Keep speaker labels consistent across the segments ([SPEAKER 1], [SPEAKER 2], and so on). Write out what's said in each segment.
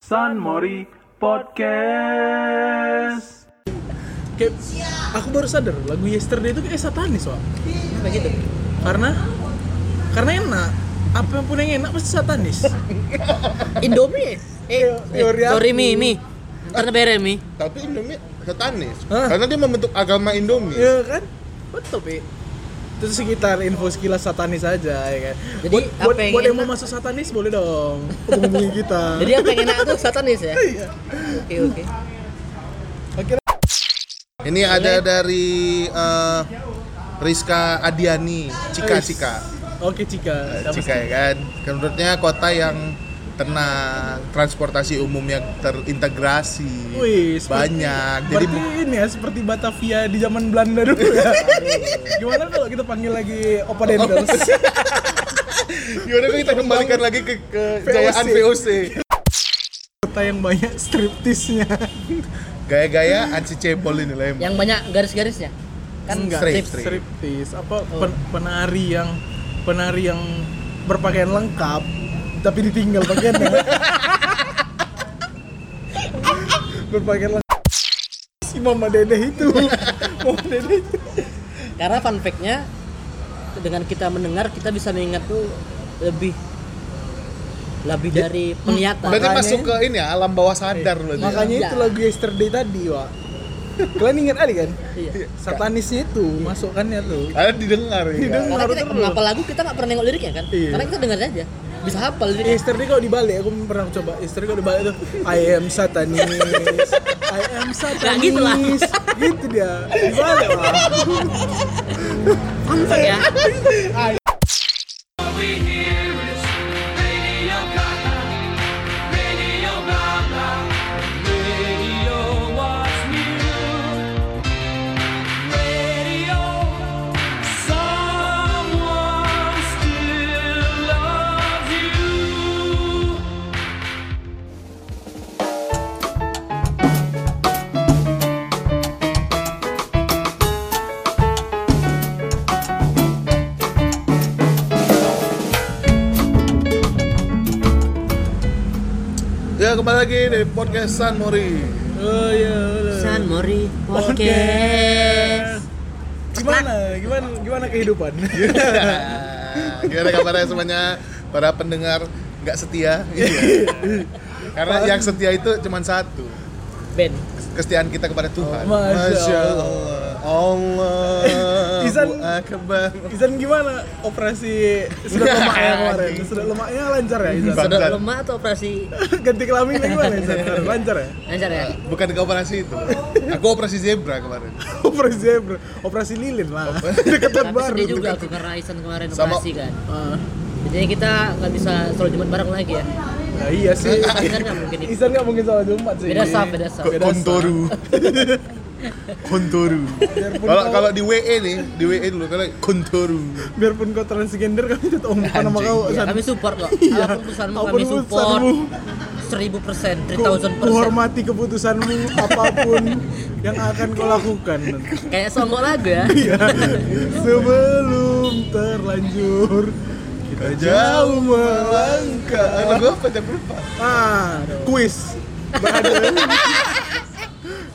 [SPEAKER 1] San Mori Podcast.
[SPEAKER 2] kayak aku baru sadar lagu yesterday itu kayak satanis soal kayak gitu karena karena enak apa pun yang enak pasti satanis
[SPEAKER 3] Indomie. Eh,
[SPEAKER 4] teori
[SPEAKER 3] eh,
[SPEAKER 4] aku.
[SPEAKER 3] sorry mi mi. Karena bere mi.
[SPEAKER 4] Tapi Indomie satanis.
[SPEAKER 2] Hah?
[SPEAKER 4] Karena dia membentuk agama Indomie.
[SPEAKER 2] ya kan betul pi itu sekitar info sekilas satanis aja ya kan
[SPEAKER 3] Jadi,
[SPEAKER 2] buat,
[SPEAKER 3] apa
[SPEAKER 2] buat,
[SPEAKER 3] yang
[SPEAKER 2] buat yang mau
[SPEAKER 3] enak?
[SPEAKER 2] masuk satanis boleh dong hubungi kita
[SPEAKER 3] Jadi yang pengen enak tuh satanis ya. Oke oke.
[SPEAKER 2] oke lah.
[SPEAKER 4] Ini
[SPEAKER 2] Iya.
[SPEAKER 4] ada dari eh, Rizka Adiani, Cika Cika.
[SPEAKER 2] oke cika
[SPEAKER 4] Eh, Cika ya kan. Menurutnya kota yang tenang, transportasi umum yang terintegrasi,
[SPEAKER 2] Wih, seperti-
[SPEAKER 4] banyak. Jadi
[SPEAKER 2] Seperti
[SPEAKER 4] bu-
[SPEAKER 2] ini ya, seperti Batavia di zaman Belanda dulu ya. Gimana kalau kita panggil lagi Opa Dendels?
[SPEAKER 4] Yaudah kita kembalikan lagi ke kejayaan VOC.
[SPEAKER 2] Kota yang banyak striptisnya.
[SPEAKER 4] Gaya-gaya anti cebol ini lah emang.
[SPEAKER 3] Yang banyak garis-garisnya. Kan
[SPEAKER 2] Enggak,
[SPEAKER 3] strip.
[SPEAKER 4] strip,
[SPEAKER 3] Oh.
[SPEAKER 4] strip.
[SPEAKER 2] striptis apa pen- penari yang penari yang berpakaian lengkap tapi ditinggal pakaiannya. berpakaian lengkap. Si Mama Dede itu. Mama Dede itu.
[SPEAKER 3] Iya. Karena fun fact-nya dengan kita mendengar kita bisa mengingat tuh lebih lebih dari penglihatan.
[SPEAKER 4] Berarti
[SPEAKER 2] Makanya-
[SPEAKER 4] masuk ke ini ya, alam bawah sadar berarti. ya.
[SPEAKER 2] Makanya
[SPEAKER 3] Iya.
[SPEAKER 2] itu lagu yesterday tadi, Wak. Kalian ingat Ali kan?
[SPEAKER 3] Iya.
[SPEAKER 2] Satanisnya itu masukannya tuh.
[SPEAKER 4] Ada didengar ya. kan?
[SPEAKER 2] Didengar.
[SPEAKER 3] Karena
[SPEAKER 2] Ngaruh
[SPEAKER 3] kita
[SPEAKER 2] terus.
[SPEAKER 3] ngapal lagu kita nggak pernah nengok liriknya kan?
[SPEAKER 2] Iya.
[SPEAKER 3] Karena kita dengar aja. Bisa hafal liriknya.
[SPEAKER 2] Yesterday kalau dibalik, aku pernah coba. Yesterday kalau dibalik tuh, I am satanis, I am
[SPEAKER 3] Nah,
[SPEAKER 2] satanis.
[SPEAKER 3] gitu lah.
[SPEAKER 2] Gitu dia, dibalik lah.
[SPEAKER 3] Fun fact ya.
[SPEAKER 4] Ya kembali lagi di podcast San Mori.
[SPEAKER 2] Oh iya, udah.
[SPEAKER 3] San Mori
[SPEAKER 2] Podcast.
[SPEAKER 3] Podcast.
[SPEAKER 2] Gimana, gimana, gimana kehidupan?
[SPEAKER 4] Gimana kabarnya semuanya para pendengar nggak setia? Iya. Karena yang setia itu cuma satu,
[SPEAKER 3] Ben.
[SPEAKER 4] kesetiaan kita kepada Tuhan.
[SPEAKER 2] Masya
[SPEAKER 4] Oh, Allah. Allah.
[SPEAKER 2] Izan-
[SPEAKER 4] Akbar.
[SPEAKER 2] Izan gimana operasi sudah lemaknya kemarin? Sudah lemaknya lancar ya Izan?
[SPEAKER 4] Bangsat.
[SPEAKER 3] Sudah lemah atau operasi?
[SPEAKER 2] Ganti kelaminnya gimana Izan? Lancar ya?
[SPEAKER 3] Lancar ya?
[SPEAKER 4] Bukan ke operasi itu. Aku operasi zebra kemarin.
[SPEAKER 2] Operasi zebra, operasi lilin lah. Deketan
[SPEAKER 3] Tapi
[SPEAKER 2] baru.
[SPEAKER 3] sedih juga aku karena Aisan kemarin
[SPEAKER 4] Sama-
[SPEAKER 3] operasi kan.
[SPEAKER 2] Ah,
[SPEAKER 3] Jadi kita nggak bisa selalu jumat bareng lagi ya.
[SPEAKER 2] nah iya sih.
[SPEAKER 3] Aisan nggak mungkin itu.
[SPEAKER 2] Izan nggak mungkin salah Jumat sih.
[SPEAKER 3] Beda saf, beda saf.
[SPEAKER 4] Ke kontoru. kontoru.
[SPEAKER 2] Biarpun
[SPEAKER 4] Kalau
[SPEAKER 2] kau-
[SPEAKER 4] kalau di WE nih, di WE dulu kalau kontoru.
[SPEAKER 2] Biarpun kau transgender kami tetap umpan sama kau.
[SPEAKER 3] Ya,
[SPEAKER 2] San.
[SPEAKER 3] kami support kok.
[SPEAKER 2] Iya.
[SPEAKER 3] Apapun pesanmu
[SPEAKER 2] Apapun
[SPEAKER 3] kami support.
[SPEAKER 2] pesanmu.
[SPEAKER 3] Seribu persen,
[SPEAKER 2] Ku-
[SPEAKER 3] 3000 persen.
[SPEAKER 2] Kuhormati keputusanmu apapun yang akan kau lakukan.
[SPEAKER 3] Kayak songgok lagu ya.
[SPEAKER 2] Iya. Sebelum terlanjur kita jauh melangkah.
[SPEAKER 4] Lagu apa? Jangan lupa.
[SPEAKER 2] Ah, kuis. Berhadiah.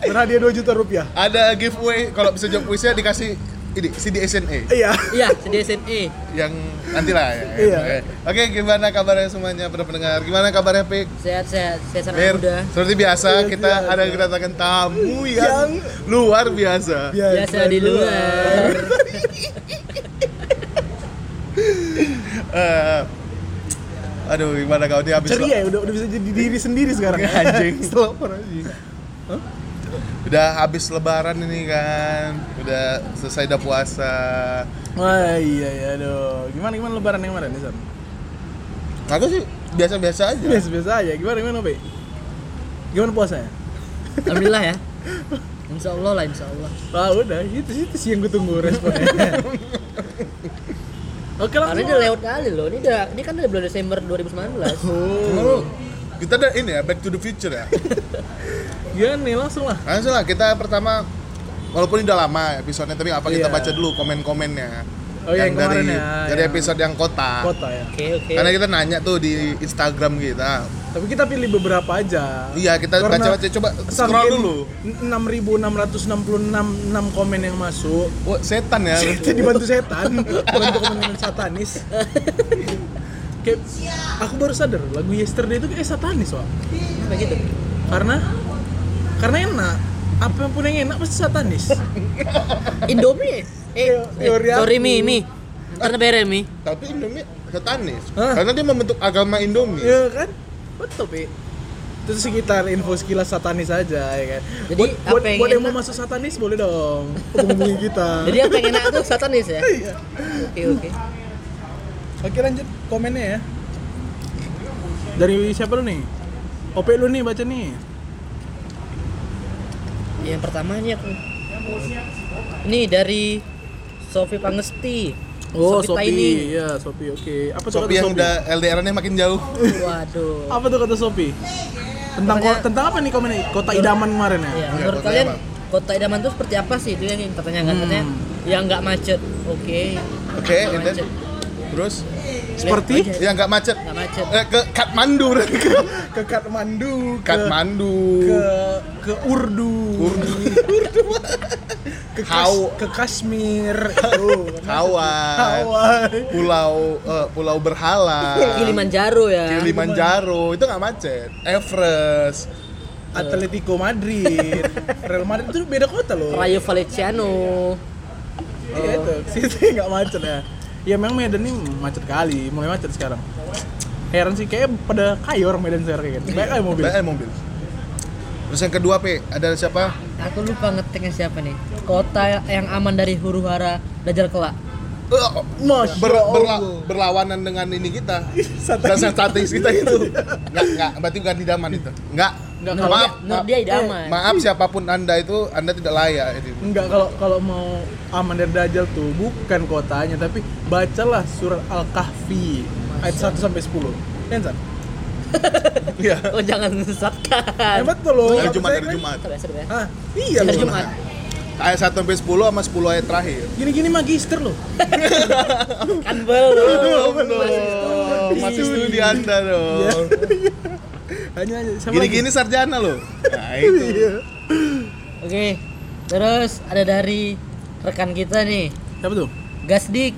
[SPEAKER 2] Berhadiah 2 juta rupiah.
[SPEAKER 4] Ada giveaway kalau bisa jawab kuisnya dikasih ini CD SNA.
[SPEAKER 2] Iya.
[SPEAKER 3] Iya, di SNE.
[SPEAKER 4] yang nanti lah ya.
[SPEAKER 2] Iya.
[SPEAKER 4] Oke, Oke, gimana kabarnya semuanya para pendengar? Gimana kabarnya Pik?
[SPEAKER 3] Sehat-sehat, sehat sana
[SPEAKER 4] Mir,
[SPEAKER 3] muda.
[SPEAKER 4] seperti biasa
[SPEAKER 2] Iya,
[SPEAKER 4] kita
[SPEAKER 2] biasa.
[SPEAKER 4] ada kedatangan tamu
[SPEAKER 2] Yang- Iya.
[SPEAKER 4] yang, luar biasa.
[SPEAKER 3] Biasa Iya, di luar.
[SPEAKER 4] Eh, aduh, gimana kau dia habis
[SPEAKER 2] Ceria ya, udah, udah bisa jadi diri sendiri sekarang.
[SPEAKER 4] Anjing.
[SPEAKER 2] Setelah operasi.
[SPEAKER 4] udah habis lebaran ini kan. Udah selesai dah puasa.
[SPEAKER 2] Wah iya ya aduh. Gimana gimana lebaran yang kemarin nih Sam?
[SPEAKER 4] Aku sih biasa-biasa
[SPEAKER 3] Ya.
[SPEAKER 4] aja.
[SPEAKER 2] Biasa-biasa aja. Gimana gimana Be? Gimana puasanya?
[SPEAKER 3] Alhamdulillah ya. Insya Allah lah, insya Allah.
[SPEAKER 2] Wah Ah, udah, itu itu sih yang gue tunggu responnya. Oke lah.
[SPEAKER 3] Karena udah lewat kali loh. Ini udah, ini kan udah bulan Desember 2019.
[SPEAKER 4] Oh, kita ada ini ya, back to the future ya.
[SPEAKER 2] Gimana Iya nih langsung lah.
[SPEAKER 4] Langsung lah kita pertama walaupun ini udah lama episodenya tapi apa kita
[SPEAKER 2] Iya.
[SPEAKER 4] baca dulu komen-komennya.
[SPEAKER 2] Oh, iya, yang
[SPEAKER 4] dari
[SPEAKER 2] kemarin ya,
[SPEAKER 4] dari
[SPEAKER 2] yang-
[SPEAKER 4] episode yang kota.
[SPEAKER 2] kota ya
[SPEAKER 3] oke oke
[SPEAKER 4] Karena kita nanya tuh di Instagram kita.
[SPEAKER 2] tapi kita pilih beberapa aja
[SPEAKER 4] Iya, kita
[SPEAKER 2] Karena
[SPEAKER 4] baca-baca coba scroll
[SPEAKER 2] saking
[SPEAKER 4] dulu.
[SPEAKER 2] 6.666 enam komen yang masuk
[SPEAKER 4] Wah, setan ya.
[SPEAKER 2] Itu dibantu setan Dibantu komen satanis Kayak, aku baru sadar lagu yesterday itu kayak satanis wak
[SPEAKER 3] Kenapa gitu
[SPEAKER 2] karena karena enak apa yang pun yang enak pasti satanis
[SPEAKER 4] Iya.
[SPEAKER 3] Indomie eh, eh
[SPEAKER 2] teori aku.
[SPEAKER 3] sorry mi mi ntar bere mi
[SPEAKER 4] Tapi Indomie setanis.
[SPEAKER 2] Hah?
[SPEAKER 4] Karena dia membentuk agama Indomie.
[SPEAKER 2] Iya kan? Betul, Pi. Itu sekitar info sekilas satanis aja ya kan.
[SPEAKER 3] Jadi,
[SPEAKER 2] buat,
[SPEAKER 3] apa
[SPEAKER 2] buat,
[SPEAKER 3] yang
[SPEAKER 2] buat yang
[SPEAKER 3] enak-
[SPEAKER 2] mau masuk satanis boleh dong hubungi kita.
[SPEAKER 3] jadi apa yang enak tuh satanis ya
[SPEAKER 4] Iya.
[SPEAKER 3] oke oke
[SPEAKER 2] Oke lanjut komennya ya. Dari siapa lu nih? OP lu nih baca nih.
[SPEAKER 3] yang pertama nih aku ini dari Sofi Pangesti Oh, Sophie Tiny.
[SPEAKER 2] Iya, Sopi. Oke. Apa tuh kata
[SPEAKER 4] Sopi yang
[SPEAKER 2] Sopi?
[SPEAKER 4] udah LDR-nya makin jauh.
[SPEAKER 3] waduh
[SPEAKER 2] Apa tuh kata Sopi? Tentang
[SPEAKER 3] Pokoknya-
[SPEAKER 2] tentang apa nih komennya? Kota idaman kemarin ya.
[SPEAKER 3] Iya,
[SPEAKER 4] Iya,
[SPEAKER 3] menurut
[SPEAKER 4] kota
[SPEAKER 3] kalian
[SPEAKER 4] Idaman.
[SPEAKER 3] kota idaman itu seperti apa sih itu yang pertanyaan
[SPEAKER 2] Hmm.
[SPEAKER 3] katanya yang nggak macet oke
[SPEAKER 4] Oke, and then terus
[SPEAKER 2] Seperti
[SPEAKER 4] ya nggak macet.
[SPEAKER 3] nggak macet
[SPEAKER 4] Eh, ke Kathmandu.
[SPEAKER 2] ke Kathmandu, ke
[SPEAKER 4] Kathmandu.
[SPEAKER 2] ke ke Urdu. ke, Kas-
[SPEAKER 4] Hau-
[SPEAKER 2] ke Kashmir. Oh,
[SPEAKER 4] Hawaii.
[SPEAKER 2] Hawaii.
[SPEAKER 4] Pulau eh, Pulau Berhala.
[SPEAKER 3] Kilimanjaro ya
[SPEAKER 4] Kilimanjaro itu nggak macet. Everest.
[SPEAKER 2] Atletico Madrid. Real Madrid itu beda kota loh.
[SPEAKER 3] Rayo Vallecano
[SPEAKER 2] Iya
[SPEAKER 4] Oh.
[SPEAKER 2] itu. Situ nggak macet ya. Ya memang Medan ini macet kali, mulai macet sekarang. Heran sih kayak pada kayu orang Medan sekarang kayak gitu. Banyak kayak mobil.
[SPEAKER 4] Eh, mobil. Terus yang kedua, P, ada siapa?
[SPEAKER 3] aku lupa ngetiknya siapa nih kota yang aman dari huru hara dajjal kelak
[SPEAKER 4] Eh,
[SPEAKER 2] Masya
[SPEAKER 4] ber- berla-
[SPEAKER 2] Ya Allah.
[SPEAKER 4] berlawanan dengan ini kita.
[SPEAKER 2] Satanis.
[SPEAKER 4] Dasar statis kita itu. Nggak, nggak. Berarti bukan idaman itu. Nggak.
[SPEAKER 2] Nggak,
[SPEAKER 4] maaf,
[SPEAKER 2] kalau-
[SPEAKER 4] maaf,
[SPEAKER 3] menurut dia idaman
[SPEAKER 4] maaf siapapun Anda itu, Anda tidak layak. Ini.
[SPEAKER 2] Enggak kalau kalau mau aman dari dajjal tuh bukan kotanya tapi bacalah surat Al-Kahfi ayat 1 sampai 10. Ya, San?
[SPEAKER 4] Iya.
[SPEAKER 3] oh jangan
[SPEAKER 2] Ya
[SPEAKER 3] menyesatkan
[SPEAKER 2] betul loh.
[SPEAKER 4] Hari
[SPEAKER 2] Apa
[SPEAKER 4] Jumat,
[SPEAKER 2] saya
[SPEAKER 4] hari
[SPEAKER 2] kan?
[SPEAKER 4] Jumat.
[SPEAKER 3] Seru ya, seru ya.
[SPEAKER 2] Hah? Iya
[SPEAKER 3] Hari
[SPEAKER 2] loh.
[SPEAKER 3] Jumat
[SPEAKER 4] Ayat 1 sampai 10 sama 10 ayat terakhir.
[SPEAKER 2] Gini-gini magister loh.
[SPEAKER 3] kan belum masih
[SPEAKER 4] belum. Masih studi Anda dong.
[SPEAKER 2] Hanya hanya- sama
[SPEAKER 4] Gini-gini sarjana loh. Nah, itu.
[SPEAKER 3] Oke, terus ada dari rekan kita nih,
[SPEAKER 2] lagi. Siapa tuh?
[SPEAKER 3] Gasdik.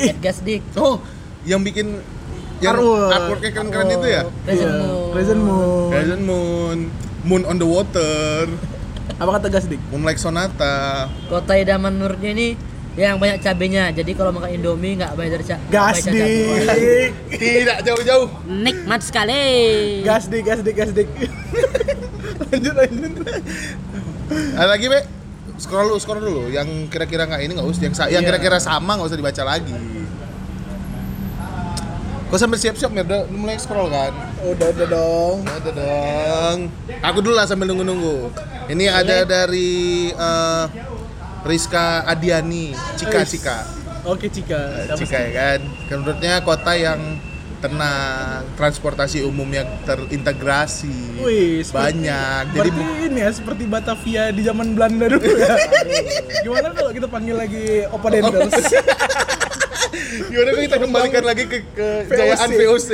[SPEAKER 3] Ed Gasdik.
[SPEAKER 4] Oh, yang bikin yang
[SPEAKER 2] Artwork.
[SPEAKER 4] artworknya keren-keren itu ya?
[SPEAKER 3] Present
[SPEAKER 2] Iya,
[SPEAKER 3] Moon.
[SPEAKER 2] Present Moon.
[SPEAKER 4] Horizon Moon, Moon on the Water,
[SPEAKER 2] Apa kata Gasdik?
[SPEAKER 4] Moon Like Sonata.
[SPEAKER 3] Kota idaman menurutnya ini yang banyak cabenya. Jadi kalau makan Indomie nggak banyak dari ca- nggak banyak cabai.
[SPEAKER 2] Gasdik.
[SPEAKER 4] Tidak jauh-jauh.
[SPEAKER 3] Nikmat sekali.
[SPEAKER 2] Gasdik, Gasdik, Gasdik. lanjut lanjut.
[SPEAKER 4] Ada lagi, Be? Scroll dulu, scroll dulu. Yang kira-kira nggak ini nggak usah, yang, sa- yang
[SPEAKER 2] Iya.
[SPEAKER 4] kira-kira sama nggak usah dibaca lagi. Kau sambil siap-siap, Mir. Udah mulai scroll kan?
[SPEAKER 2] Udah udah dong.
[SPEAKER 4] Ada dong. Aku dulu lah sambil nunggu-nunggu. Ini
[SPEAKER 2] Iya.
[SPEAKER 4] ada dari eh, Rizka Adiani, Cika
[SPEAKER 2] Wis.
[SPEAKER 4] Cika.
[SPEAKER 2] Oke, Cika. Siapa
[SPEAKER 4] Cika ya kan. Kan Menurutnya kota yang tenang, transportasi umum yang terintegrasi,
[SPEAKER 2] Wih, seperti-
[SPEAKER 4] banyak. Jadi
[SPEAKER 2] seperti
[SPEAKER 4] bu-
[SPEAKER 2] ini ya, seperti Batavia di zaman Belanda dulu ya. Gimana kalau kita panggil lagi Opa Dendels?
[SPEAKER 4] Oh. Yaudah kita kembalikan lagi ke kejayaan VOC.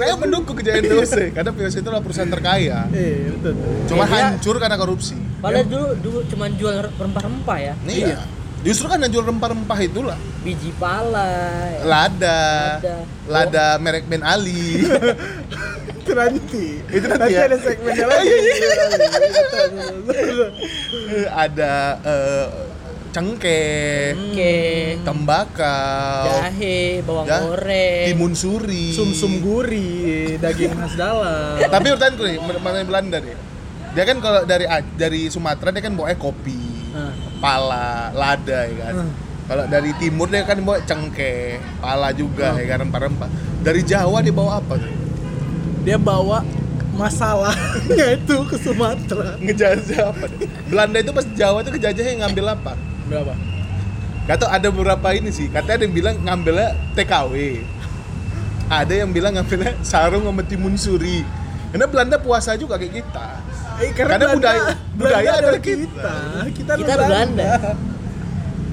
[SPEAKER 4] Saya mendukung kejayaan VOC karena VOC itu adalah perusahaan terkaya.
[SPEAKER 2] eh, betul. betul.
[SPEAKER 4] Cuma
[SPEAKER 3] Iya.
[SPEAKER 4] hancur karena korupsi.
[SPEAKER 3] Padahal dulu dulu cuman jual rempah-rempah ya.
[SPEAKER 4] Nih ya. Justru kan yang jual rempah-rempah itulah
[SPEAKER 3] Biji pala.
[SPEAKER 4] lada,
[SPEAKER 3] Lada.
[SPEAKER 4] lada merek Ben Ali.
[SPEAKER 2] Itu nanti.
[SPEAKER 4] Itu nanti ya?
[SPEAKER 2] ada segmennya lagi.
[SPEAKER 4] iya. ada eh, cengkeh,
[SPEAKER 3] Oke.
[SPEAKER 4] tembakau,
[SPEAKER 3] Hmm. Jahe, bawang
[SPEAKER 4] ya,
[SPEAKER 3] goreng.
[SPEAKER 4] timun suri,
[SPEAKER 2] Sum-sum gurih, daging khas dalam.
[SPEAKER 4] Tapi urutanku nih, men- mengenai Belanda nih. Dia kan kalau dari A- dari Sumatera dia kan bawa kopi,
[SPEAKER 2] Hmm.
[SPEAKER 4] pala, lada ya kan.
[SPEAKER 2] Hmm.
[SPEAKER 4] Kalau dari timur dia kan bawa cengkeh, pala juga
[SPEAKER 2] Hmm.
[SPEAKER 4] ya kan rempah-rempah. Dari Jawa dia bawa apa tuh?
[SPEAKER 2] Dia bawa masalahnya itu ke Sumatera.
[SPEAKER 4] Ngejajah apa? tuh? Belanda itu pas Jawa itu kejajahnya ngambil apa?
[SPEAKER 2] Berapa?
[SPEAKER 4] Kata ada beberapa ini sih, katanya ada yang bilang ngambilnya TKW. Ada yang bilang ngambilnya sarung sama timun suri. Karena Belanda puasa juga kayak kita.
[SPEAKER 2] Eh, karena,
[SPEAKER 4] Karena
[SPEAKER 2] budaya,
[SPEAKER 4] budaya- budaya
[SPEAKER 2] adalah
[SPEAKER 4] adalah
[SPEAKER 2] kita. Kita,
[SPEAKER 3] Kita Belanda.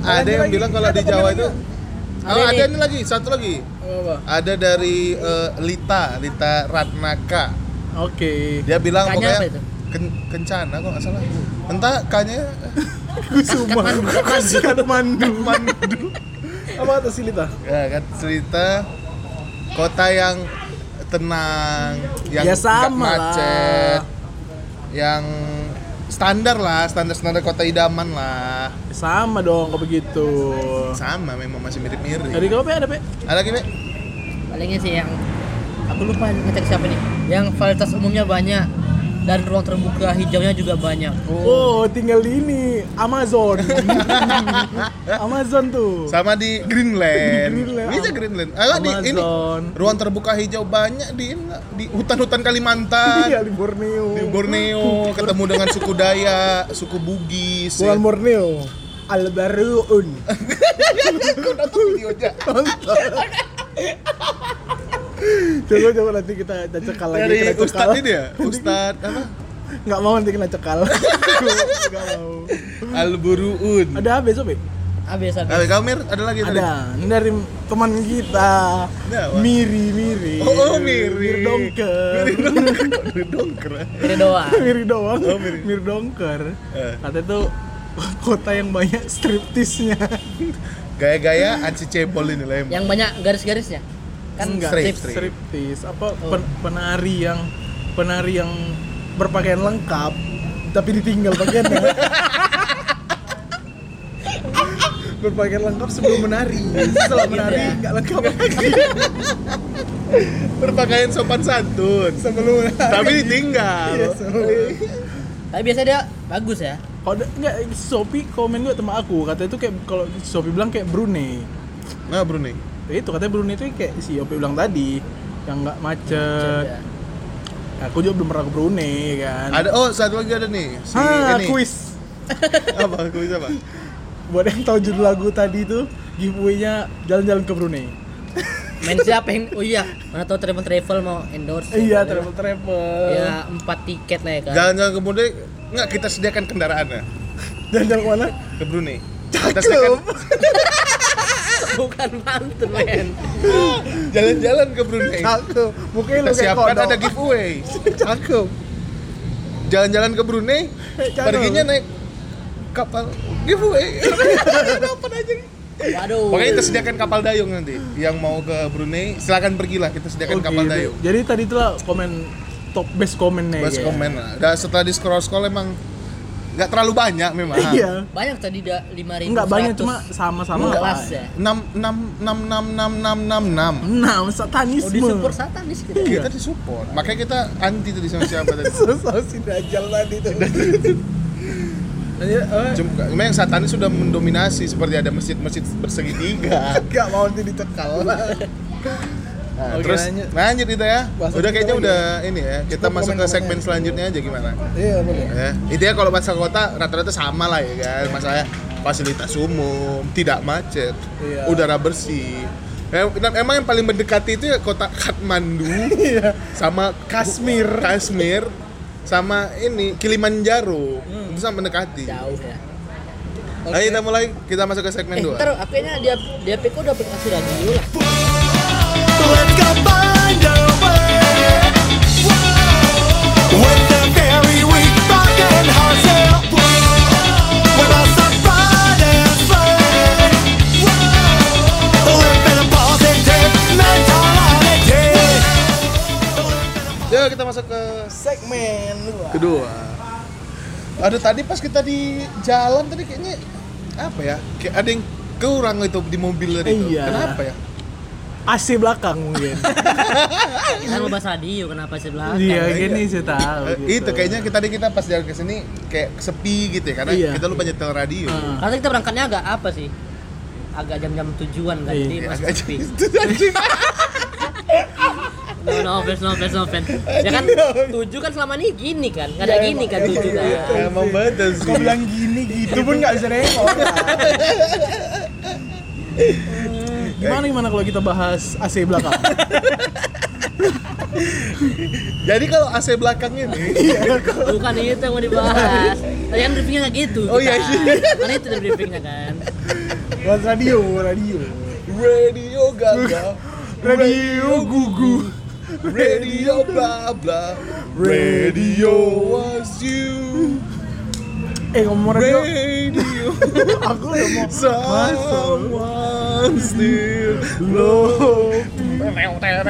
[SPEAKER 4] Ada yang
[SPEAKER 2] lagi,
[SPEAKER 4] bilang kalau
[SPEAKER 2] ada
[SPEAKER 4] di Jawa itu
[SPEAKER 2] komentarnya,
[SPEAKER 4] Oh,
[SPEAKER 3] Ada
[SPEAKER 4] ada
[SPEAKER 3] nih.
[SPEAKER 4] ini lagi, satu lagi.
[SPEAKER 2] Apa, apa?
[SPEAKER 4] Ada dari eh, Lita, Lita Ratnaka.
[SPEAKER 2] Oke.
[SPEAKER 4] Dia bilang
[SPEAKER 3] Kanya
[SPEAKER 4] pokoknya
[SPEAKER 3] apa itu?
[SPEAKER 4] ken- kencana kok nggak salah. Entah kanya
[SPEAKER 2] Kusuma. Katmandu. Katmandu. Apa atas silita?
[SPEAKER 4] ya kan cerita kota yang tenang, yang
[SPEAKER 2] Ya,
[SPEAKER 4] nggak
[SPEAKER 2] sama lah.
[SPEAKER 4] macet, yang standar lah, standar-standar kota idaman lah.
[SPEAKER 2] Sama dong kalau begitu.
[SPEAKER 4] Sama memang masih
[SPEAKER 2] Dari
[SPEAKER 4] mirip-mirip.
[SPEAKER 2] kau apa ada pe?
[SPEAKER 4] Ada lagi, Mek?
[SPEAKER 3] palingnya sih yang aku lupa ngecek siapa nih yang fasilitas umumnya banyak dan ruang terbuka hijaunya juga banyak
[SPEAKER 2] Oh, tinggal di ini Amazon. Amazon tuh.
[SPEAKER 4] Sama di Greenland.
[SPEAKER 2] Di Greenland.
[SPEAKER 4] Bisa Greenland. Ah, di ini
[SPEAKER 2] Amazon.
[SPEAKER 4] ruang terbuka hijau banyak di di hutan-hutan Kalimantan.
[SPEAKER 2] Iya di Borneo.
[SPEAKER 4] di Borneo ketemu dengan suku Dayak, suku Bugis.
[SPEAKER 2] Bukan Borneo. Albaruun.
[SPEAKER 4] Aku nonton videonya.
[SPEAKER 2] Oh, Coba coba nanti kita kita cekal lagi.
[SPEAKER 4] Dari
[SPEAKER 2] kena cekal.
[SPEAKER 4] Ustadz ini ya, Ustadz apa?
[SPEAKER 2] Nggak mau nanti kena cekal. Nggak mau.
[SPEAKER 4] Alburuun.
[SPEAKER 2] Ada besok ya?
[SPEAKER 3] abis abis
[SPEAKER 4] Ada Kamir, ada lagi tadi.
[SPEAKER 2] Ada. Ini dari teman kita.
[SPEAKER 4] Nah, wah.
[SPEAKER 2] Miri Miri.
[SPEAKER 4] Oh, oh, Miri.
[SPEAKER 2] Dongker.
[SPEAKER 4] Miri dongker. Miri dongker.
[SPEAKER 3] ini doang
[SPEAKER 2] Miri doang.
[SPEAKER 4] Oh,
[SPEAKER 2] Miri.
[SPEAKER 4] Miri.
[SPEAKER 2] Dongker.
[SPEAKER 4] Eh.
[SPEAKER 2] Katanya tuh kota yang banyak striptisnya.
[SPEAKER 4] Gaya-gaya anti cepol ini lah emang.
[SPEAKER 3] yang banyak garis-garisnya kan
[SPEAKER 2] Enggak,
[SPEAKER 4] strip,
[SPEAKER 2] strip-
[SPEAKER 4] strip.
[SPEAKER 2] striptis. Apa pen- penari yang penari yang berpakaian lengkap tapi ditinggal bagiannya. berpakaian lengkap sebelum menari. Setelah menari
[SPEAKER 4] Iya.
[SPEAKER 2] nggak lengkap lagi.
[SPEAKER 4] Berpakaian sopan santun.
[SPEAKER 2] Sebelum menari.
[SPEAKER 4] Tapi ditinggal.
[SPEAKER 2] Iya, sebelum.
[SPEAKER 3] tapi biasanya dia bagus ya
[SPEAKER 2] Kalau ada- nggak Shopee komen juga sama aku, katanya itu kayak kalau Shopee bilang kayak Brunei.
[SPEAKER 4] Nah, Brunei.
[SPEAKER 2] Ya itu katanya Brunei itu kayak si Shopee bilang tadi yang nggak macet.
[SPEAKER 3] Coba.
[SPEAKER 2] Aku juga belum pernah ke Brunei kan.
[SPEAKER 4] Ada oh satu lagi ada nih si
[SPEAKER 2] ah,
[SPEAKER 4] ini.
[SPEAKER 2] kuis.
[SPEAKER 4] Apa kuis apa?
[SPEAKER 2] Buat yang tahu judul lagu tadi itu giveaway-nya jalan-jalan ke Brunei.
[SPEAKER 3] main siapa yang oh iya mana tahu travel travel mau endorse
[SPEAKER 2] iya,
[SPEAKER 3] Ada
[SPEAKER 2] travel
[SPEAKER 3] lah.
[SPEAKER 2] travel.
[SPEAKER 3] ya empat tiket lah ya kan
[SPEAKER 4] Jalan-jalan ke Brunei nggak kita sediakan kendaraannya
[SPEAKER 2] Jalan-jalan ke mana?
[SPEAKER 4] ke Brunei. Kita
[SPEAKER 2] Cakep.
[SPEAKER 4] sediakan
[SPEAKER 3] bukan mantu men
[SPEAKER 4] jalan-jalan ke Brunei.
[SPEAKER 2] Cakep. Mukanya lu
[SPEAKER 4] Kita
[SPEAKER 2] kayak
[SPEAKER 4] siapkan
[SPEAKER 2] kodok.
[SPEAKER 4] ada giveaway.
[SPEAKER 2] Cakep.
[SPEAKER 4] Jalan-jalan ke Brunei,
[SPEAKER 2] Cakep.
[SPEAKER 4] perginya naik kapal giveaway. Dapat aja.
[SPEAKER 3] waduh
[SPEAKER 4] Pokoknya kita sediakan kapal dayung nanti. Yang mau ke Brunei, silakan pergilah. Kita sediakan
[SPEAKER 2] Oh,
[SPEAKER 4] kapal
[SPEAKER 2] gitu.
[SPEAKER 4] dayung.
[SPEAKER 2] Jadi tadi itulah komen top best komennya
[SPEAKER 4] Bas
[SPEAKER 2] ya.
[SPEAKER 4] komen lah. Dan setelah di scroll scroll emang nggak terlalu banyak memang.
[SPEAKER 2] Iya.
[SPEAKER 3] banyak tadi dah lima ribu
[SPEAKER 2] Enggak banyak cuma sama-sama
[SPEAKER 3] Enggak
[SPEAKER 2] lah.
[SPEAKER 3] pas ya
[SPEAKER 4] Enam enam enam enam enam enam enam enam.
[SPEAKER 2] Enam
[SPEAKER 3] oh
[SPEAKER 2] satanisme.
[SPEAKER 3] di super satanis kita
[SPEAKER 2] Iya.
[SPEAKER 4] Kita disupport. Makanya kita anti tadi sama siapa tadi.
[SPEAKER 2] Susah si Dajjal tadi itu. eh.
[SPEAKER 4] Cuma cuma yang saat ini sudah mendominasi seperti ada masjid-masjid bersegitiga.
[SPEAKER 2] Gak mau nanti dicekal
[SPEAKER 4] Nah,
[SPEAKER 2] Oke,
[SPEAKER 4] terus
[SPEAKER 2] lanjut.
[SPEAKER 4] lanjut. kita ya.
[SPEAKER 2] Bahasa
[SPEAKER 4] udah
[SPEAKER 2] kita
[SPEAKER 4] kayaknya
[SPEAKER 2] lagi
[SPEAKER 4] udah ini ya. Kita
[SPEAKER 2] Cukup
[SPEAKER 4] masuk ke
[SPEAKER 2] komen-komennya.
[SPEAKER 4] segmen selanjutnya aja gimana?
[SPEAKER 2] Iya boleh.
[SPEAKER 4] Ya. Intinya kalau bahasa kota rata-rata sama lah ya kan. Masalahnya fasilitas umum, tidak macet,
[SPEAKER 2] Iya.
[SPEAKER 4] udara bersih. Em- dan Emang yang paling mendekati itu ya kota Kathmandu
[SPEAKER 2] Iya.
[SPEAKER 4] sama Kashmir, Kashmir sama ini Kilimanjaro.
[SPEAKER 2] Hmm.
[SPEAKER 4] Itu sama mendekati.
[SPEAKER 3] jauh ya
[SPEAKER 4] Ayo kita mulai, kita masuk ke
[SPEAKER 3] eh
[SPEAKER 4] segmen dua.
[SPEAKER 3] ntar aku kayaknya dia dia peko udah aplikasi radio lah
[SPEAKER 1] Let's go find our way. With a very weak back and ourselves. With our survivors fade. Living a positive mentality.
[SPEAKER 4] Yuk kita masuk ke
[SPEAKER 2] Segmen dua.
[SPEAKER 4] kedua aduh tadi pas kita di jalan tadi kayaknya apa ya kayak ada yang kurang itu di mobil tadi itu
[SPEAKER 2] Iya.
[SPEAKER 4] kenapa ya
[SPEAKER 2] AC belakang mungkin.
[SPEAKER 3] kita mau bahas radio kenapa sih belakang
[SPEAKER 2] Iya, gini sih Gitu. tahu.
[SPEAKER 4] Eh, itu kayaknya kita tadi kita pas jalan ke sini kayak sepi gitu ya karena
[SPEAKER 2] Iya.
[SPEAKER 4] kita lupa nyetel radio
[SPEAKER 2] Ah.
[SPEAKER 3] Karena kita berangkatnya agak apa sih? Agak jam-jam tujuan kan,
[SPEAKER 2] Iya.
[SPEAKER 3] jadi
[SPEAKER 4] Ya,
[SPEAKER 3] masih
[SPEAKER 4] agak-
[SPEAKER 3] sepi.
[SPEAKER 4] itu anjing.
[SPEAKER 3] No, no offense, no offense, no offense. Ya kan, tujuh kan selama ini gini kan, nggak ada
[SPEAKER 2] Iya,
[SPEAKER 3] gini kan
[SPEAKER 2] iya,
[SPEAKER 3] tujuh
[SPEAKER 2] iya,
[SPEAKER 3] kan.
[SPEAKER 2] iya.
[SPEAKER 4] emang betul sih
[SPEAKER 2] Kau bilang gini gitu pun nggak bisa Eh. nengok. Gimana gimana kalau kita bahas AC belakang?
[SPEAKER 4] jadi kalau AC belakang ini
[SPEAKER 3] Bukan itu yang mau dibahas. Tadi kan briefingnya nggak gitu.
[SPEAKER 4] Oh, iya,
[SPEAKER 3] kan. kita. Karena itu dari briefingnya kan.
[SPEAKER 2] Bahas radio, radio.
[SPEAKER 4] Radio Gaga
[SPEAKER 2] Radio Gugu
[SPEAKER 4] Radio bla bla Radio was you
[SPEAKER 2] Eh ngomong radio
[SPEAKER 4] Radio
[SPEAKER 2] Aku udah mau
[SPEAKER 4] Someone still love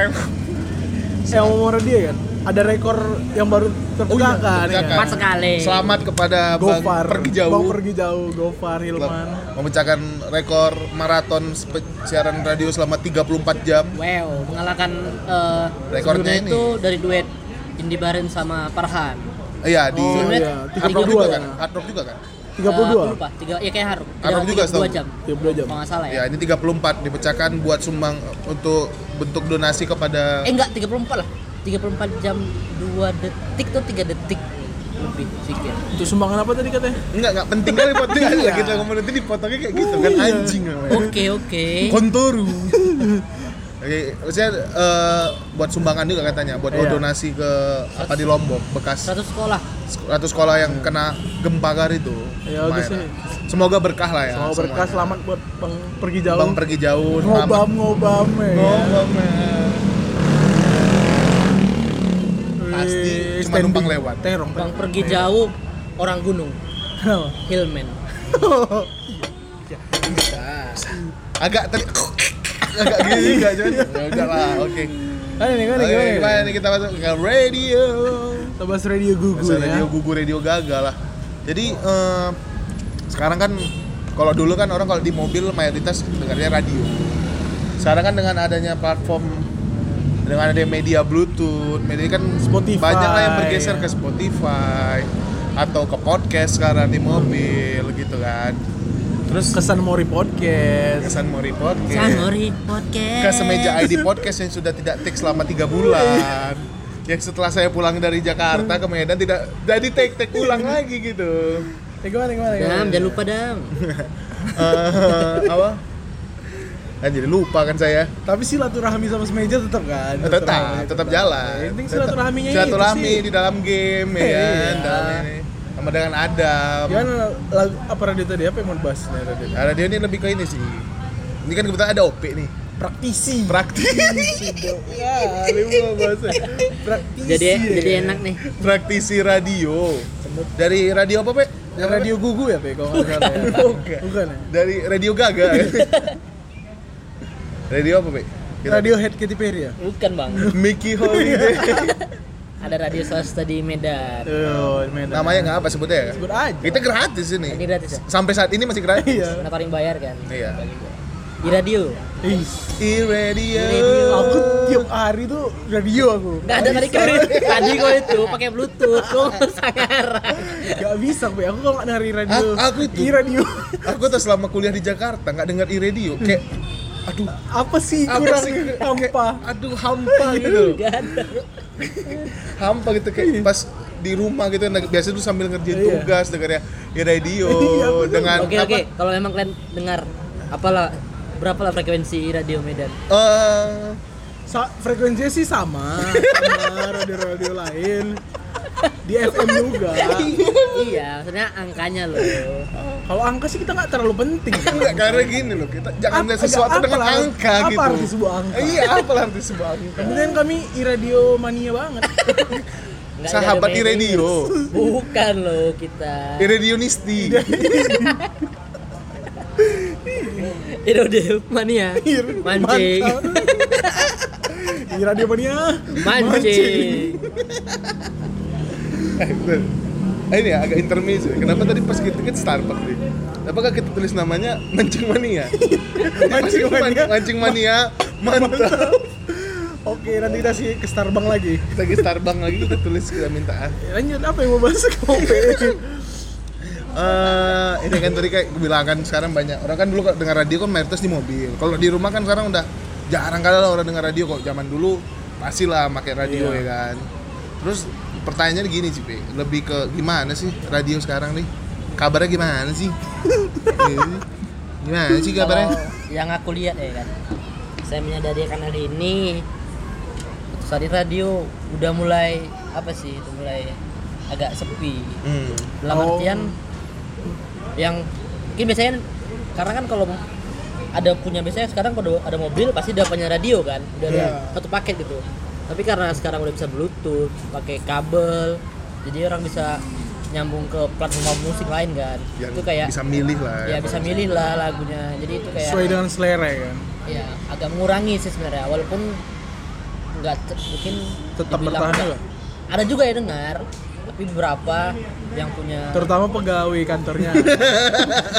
[SPEAKER 2] Eh ngomong radio kan Ada rekor yang baru
[SPEAKER 4] Oh
[SPEAKER 2] terpegahkan ya
[SPEAKER 4] terpegahkan.
[SPEAKER 3] Cepat sekali.
[SPEAKER 4] kan? Selamat kepada Bang
[SPEAKER 2] Gofar
[SPEAKER 4] iya, kan? Pergi Jauh
[SPEAKER 2] Bang pergi jauh Gofar Hilman
[SPEAKER 4] telah memecahkan rekor maraton spe- siaran radio selama 34 jam
[SPEAKER 3] Wow, mengalahkan eh,
[SPEAKER 4] Rekornya
[SPEAKER 3] sebelumnya
[SPEAKER 4] ini.
[SPEAKER 3] itu dari duet Indi Baren sama Farhan.
[SPEAKER 4] Iya di
[SPEAKER 2] Oh
[SPEAKER 3] Menit
[SPEAKER 2] iya
[SPEAKER 4] Hard Rock
[SPEAKER 2] 32
[SPEAKER 4] juga
[SPEAKER 2] ya
[SPEAKER 4] kan? Hard Rock juga kan?
[SPEAKER 2] Oh,
[SPEAKER 3] Eh, aku
[SPEAKER 2] 32
[SPEAKER 3] lupa, tiga, ya kayak Harum.
[SPEAKER 4] Harum juga
[SPEAKER 3] dua
[SPEAKER 4] setahu.
[SPEAKER 3] jam.
[SPEAKER 2] 32 jam
[SPEAKER 3] Kalau nggak salah ya.
[SPEAKER 4] Ya ini 34 dipecahkan buat sumbang untuk bentuk donasi kepada
[SPEAKER 3] Eh enggak, 34 lah. 34 jam 2 detik tuh 3 detik lebih sedikit.
[SPEAKER 2] Untuk sumbangan apa tadi katanya?
[SPEAKER 4] enggak enggak penting kali potnya
[SPEAKER 2] Iya.
[SPEAKER 4] lagi kita ngomong nanti dipotongnya kayak gitu kan anjing namanya.
[SPEAKER 3] Oke, oke.
[SPEAKER 4] Kontoru. Oke, maksudnya eh, buat sumbangan juga katanya, buat
[SPEAKER 2] Iya.
[SPEAKER 4] donasi ke apa di Lombok, bekas
[SPEAKER 3] 100 sekolah.
[SPEAKER 4] satu sekolah yang kena gempa gar itu.
[SPEAKER 2] Ya, oke
[SPEAKER 4] Lumayan
[SPEAKER 2] sih.
[SPEAKER 4] lah. Semoga berkah lah ya.
[SPEAKER 2] Mau berkah
[SPEAKER 4] semuanya.
[SPEAKER 2] Oh, selamat buat Bang Pergi Jauh
[SPEAKER 4] Bang pergi
[SPEAKER 2] Oh,
[SPEAKER 4] jauh, selamat.
[SPEAKER 2] Ngobam ngobam ya
[SPEAKER 4] Ngobam, man. Pasti,
[SPEAKER 2] Wih,
[SPEAKER 4] cuma numpang lewat.
[SPEAKER 2] Terong
[SPEAKER 3] Bang pergi
[SPEAKER 4] Iya.
[SPEAKER 3] jauh orang gunung,
[SPEAKER 2] Kenapa?
[SPEAKER 3] Hillman.
[SPEAKER 4] Agak tadi agak gini juga cuman ya udah lah, oke.
[SPEAKER 2] Kan ini kan
[SPEAKER 4] Oke,
[SPEAKER 2] ini
[SPEAKER 4] gimana nih kita masuk ke radio.
[SPEAKER 2] Tebas radio Gugu
[SPEAKER 4] Masa
[SPEAKER 2] ya
[SPEAKER 4] radio gugu radio gagal lah. Jadi eh, sekarang kan kalau dulu kan orang kalau di mobil mayoritas dengarnya radio. Sekarang kan dengan adanya platform dengan adanya media Bluetooth, media kan
[SPEAKER 2] Spotify.
[SPEAKER 4] banyak lah yang bergeser ke Spotify atau ke podcast sekarang di mobil gitu kan. Terus
[SPEAKER 2] Kesan Mori Podcast
[SPEAKER 4] kesan Mori Podcast.
[SPEAKER 3] Sanori podcast.
[SPEAKER 4] Iya. ke semeja ID podcast yang sudah tidak take selama tiga bulan yang setelah saya pulang dari Jakarta ke Medan tidak jadi take take ulang lagi gitu
[SPEAKER 2] Eh gimana gimana
[SPEAKER 3] Dam, jangan lupa dam.
[SPEAKER 4] Eh, apa kan jadi lupa kan saya
[SPEAKER 2] Tapi silaturahmi sama semeja tetap kan?
[SPEAKER 4] tetap tetap jalan
[SPEAKER 2] Nah, Yang penting
[SPEAKER 4] Tetap-
[SPEAKER 2] silaturahminya itu
[SPEAKER 4] silaturahmi
[SPEAKER 2] sih.
[SPEAKER 4] di dalam game ya
[SPEAKER 2] Iya.
[SPEAKER 4] kan dalam ini. sama dengan Adam
[SPEAKER 2] Gimana lagu, apa radio tadi? Apa yang mau dibahas nih radio?
[SPEAKER 4] Nah, radio ini lebih ke ini sih ini kan kebetulan ada OP nih
[SPEAKER 2] Praktisi
[SPEAKER 4] praktisi
[SPEAKER 2] Ya, lima bahasa ya. Praktisi
[SPEAKER 3] Jadi jadi enak nih.
[SPEAKER 4] praktisi radio dari radio apa Pak?
[SPEAKER 2] Yang radio gugu ya, Pe? Kalau nggak salah ya
[SPEAKER 4] Bukan.
[SPEAKER 2] Bukan ya?
[SPEAKER 4] dari radio gaga radio apa Pak?
[SPEAKER 2] Radio Iya. Head Katy Perry ya?
[SPEAKER 3] Bukan, Bang.
[SPEAKER 4] Mickey Holiday
[SPEAKER 3] Ada radio swasta di Medan.
[SPEAKER 2] Tuh, Medan.
[SPEAKER 4] namanya nggak apa sebutnya ya
[SPEAKER 2] Sebut aja
[SPEAKER 4] kita gratis ini
[SPEAKER 3] Ini gratis ya?
[SPEAKER 4] sampai saat ini masih gratis
[SPEAKER 2] Iya
[SPEAKER 3] Karena paling bayar kan.
[SPEAKER 4] iya
[SPEAKER 3] Di radio.
[SPEAKER 2] Ih,
[SPEAKER 4] e-radio
[SPEAKER 3] Radio.
[SPEAKER 2] Aku tiap hari tuh radio aku
[SPEAKER 3] Enggak ada tadi kan. Tadi kok itu pakai Bluetooth. Kok sangaran.
[SPEAKER 2] Gak bisa, Pe Aku kalau nggak dari radio
[SPEAKER 4] A- aku itu.
[SPEAKER 2] Ih, radio
[SPEAKER 4] aku tuh selama kuliah di Jakarta nggak dengar e-radio kayak aduh
[SPEAKER 2] Apa sih
[SPEAKER 4] apa
[SPEAKER 2] kurang
[SPEAKER 4] sih? Kayak,
[SPEAKER 2] hampa?
[SPEAKER 4] aduh hampa gitu
[SPEAKER 3] Enggak ada.
[SPEAKER 4] hampa gitu kayak pas di rumah gitu nah, biasanya tuh sambil ngerjain
[SPEAKER 2] Iya.
[SPEAKER 4] tugas dengarnya e-radio
[SPEAKER 2] Iya, bener.
[SPEAKER 4] dengan
[SPEAKER 3] Oke,
[SPEAKER 4] apa
[SPEAKER 3] oke. Kalau memang kalian dengar apalah berapa lah frekuensi radio Medan?
[SPEAKER 4] eh,
[SPEAKER 2] Sa- frekuensinya sih sama sama radio-radio lain di FM juga
[SPEAKER 3] iya, maksudnya angkanya loh.
[SPEAKER 2] kalau angka sih kita nggak terlalu penting
[SPEAKER 4] Enggak, karena gini loh, kita jangan
[SPEAKER 2] Apa-
[SPEAKER 4] lihat sesuatu
[SPEAKER 2] apa
[SPEAKER 4] dengan
[SPEAKER 2] lah-
[SPEAKER 4] angka
[SPEAKER 2] apa
[SPEAKER 4] gitu.
[SPEAKER 2] arti sebuah angka?
[SPEAKER 4] Iya, apa arti sebuah angka?
[SPEAKER 2] kemudian kami iradio mania banget
[SPEAKER 3] Nggak ada
[SPEAKER 4] Sahabat di
[SPEAKER 3] Medan.
[SPEAKER 4] radio,
[SPEAKER 3] Bukan loh kita.
[SPEAKER 4] di radionisti.
[SPEAKER 3] Indo mania. Mancing.
[SPEAKER 2] Mantap. iradio mania
[SPEAKER 3] Mancing.
[SPEAKER 4] Eh, bener. Eh, Ini ya, agak intermezzo. ya. Kenapa tadi pas kita ke Starbucks nih? Apakah kita tulis namanya Mancing Mania? mancing Mania, Mancing Mania, mantap.
[SPEAKER 2] oke nanti kita sih ke Starbank lagi
[SPEAKER 4] Kita ke Starbucks lagi kita tulis kita minta.
[SPEAKER 2] Ya, lanjut apa yang mau bahas kamu Pe?
[SPEAKER 4] Eh, ini kan tadi kayak gue bilang kan sekarang banyak orang kan dulu kalau dengar radio kan mayoritas di mobil. Kalau di rumah kan sekarang udah jarang kali lah orang dengar radio kok. Zaman dulu pastilah pakai radio
[SPEAKER 2] Iya.
[SPEAKER 4] ya kan. Terus pertanyaannya gini sih, Pe. lebih ke gimana sih radio sekarang nih? Kabarnya gimana sih? Eh, gimana sih kabarnya?
[SPEAKER 3] Kalau yang aku lihat ya kan saya menyadari karena hari ini tadi radio udah mulai apa sih itu mulai agak sepi
[SPEAKER 4] Hmm.
[SPEAKER 3] dalam
[SPEAKER 2] Oh.
[SPEAKER 3] artian yang mungkin biasanya karena kan kalau ada punya biasanya sekarang kalau ada mobil pasti udah punya radio kan udah ada
[SPEAKER 2] Iya.
[SPEAKER 3] satu paket gitu tapi karena sekarang udah bisa bluetooth pakai kabel jadi orang bisa nyambung ke platform musik lain kan
[SPEAKER 4] Yang
[SPEAKER 3] itu kayak
[SPEAKER 4] bisa milih lah kan.
[SPEAKER 3] ya bisa milih lah lagunya jadi itu kayak
[SPEAKER 2] sesuai dengan selera ya kan
[SPEAKER 3] ya agak mengurangi sih sebenarnya walaupun nggak te- mungkin
[SPEAKER 2] Tetap
[SPEAKER 3] dibilang
[SPEAKER 2] bertahan
[SPEAKER 3] nggak-
[SPEAKER 2] juga.
[SPEAKER 3] ada juga ya dengar tapi beberapa yang punya
[SPEAKER 2] terutama pegawai kantornya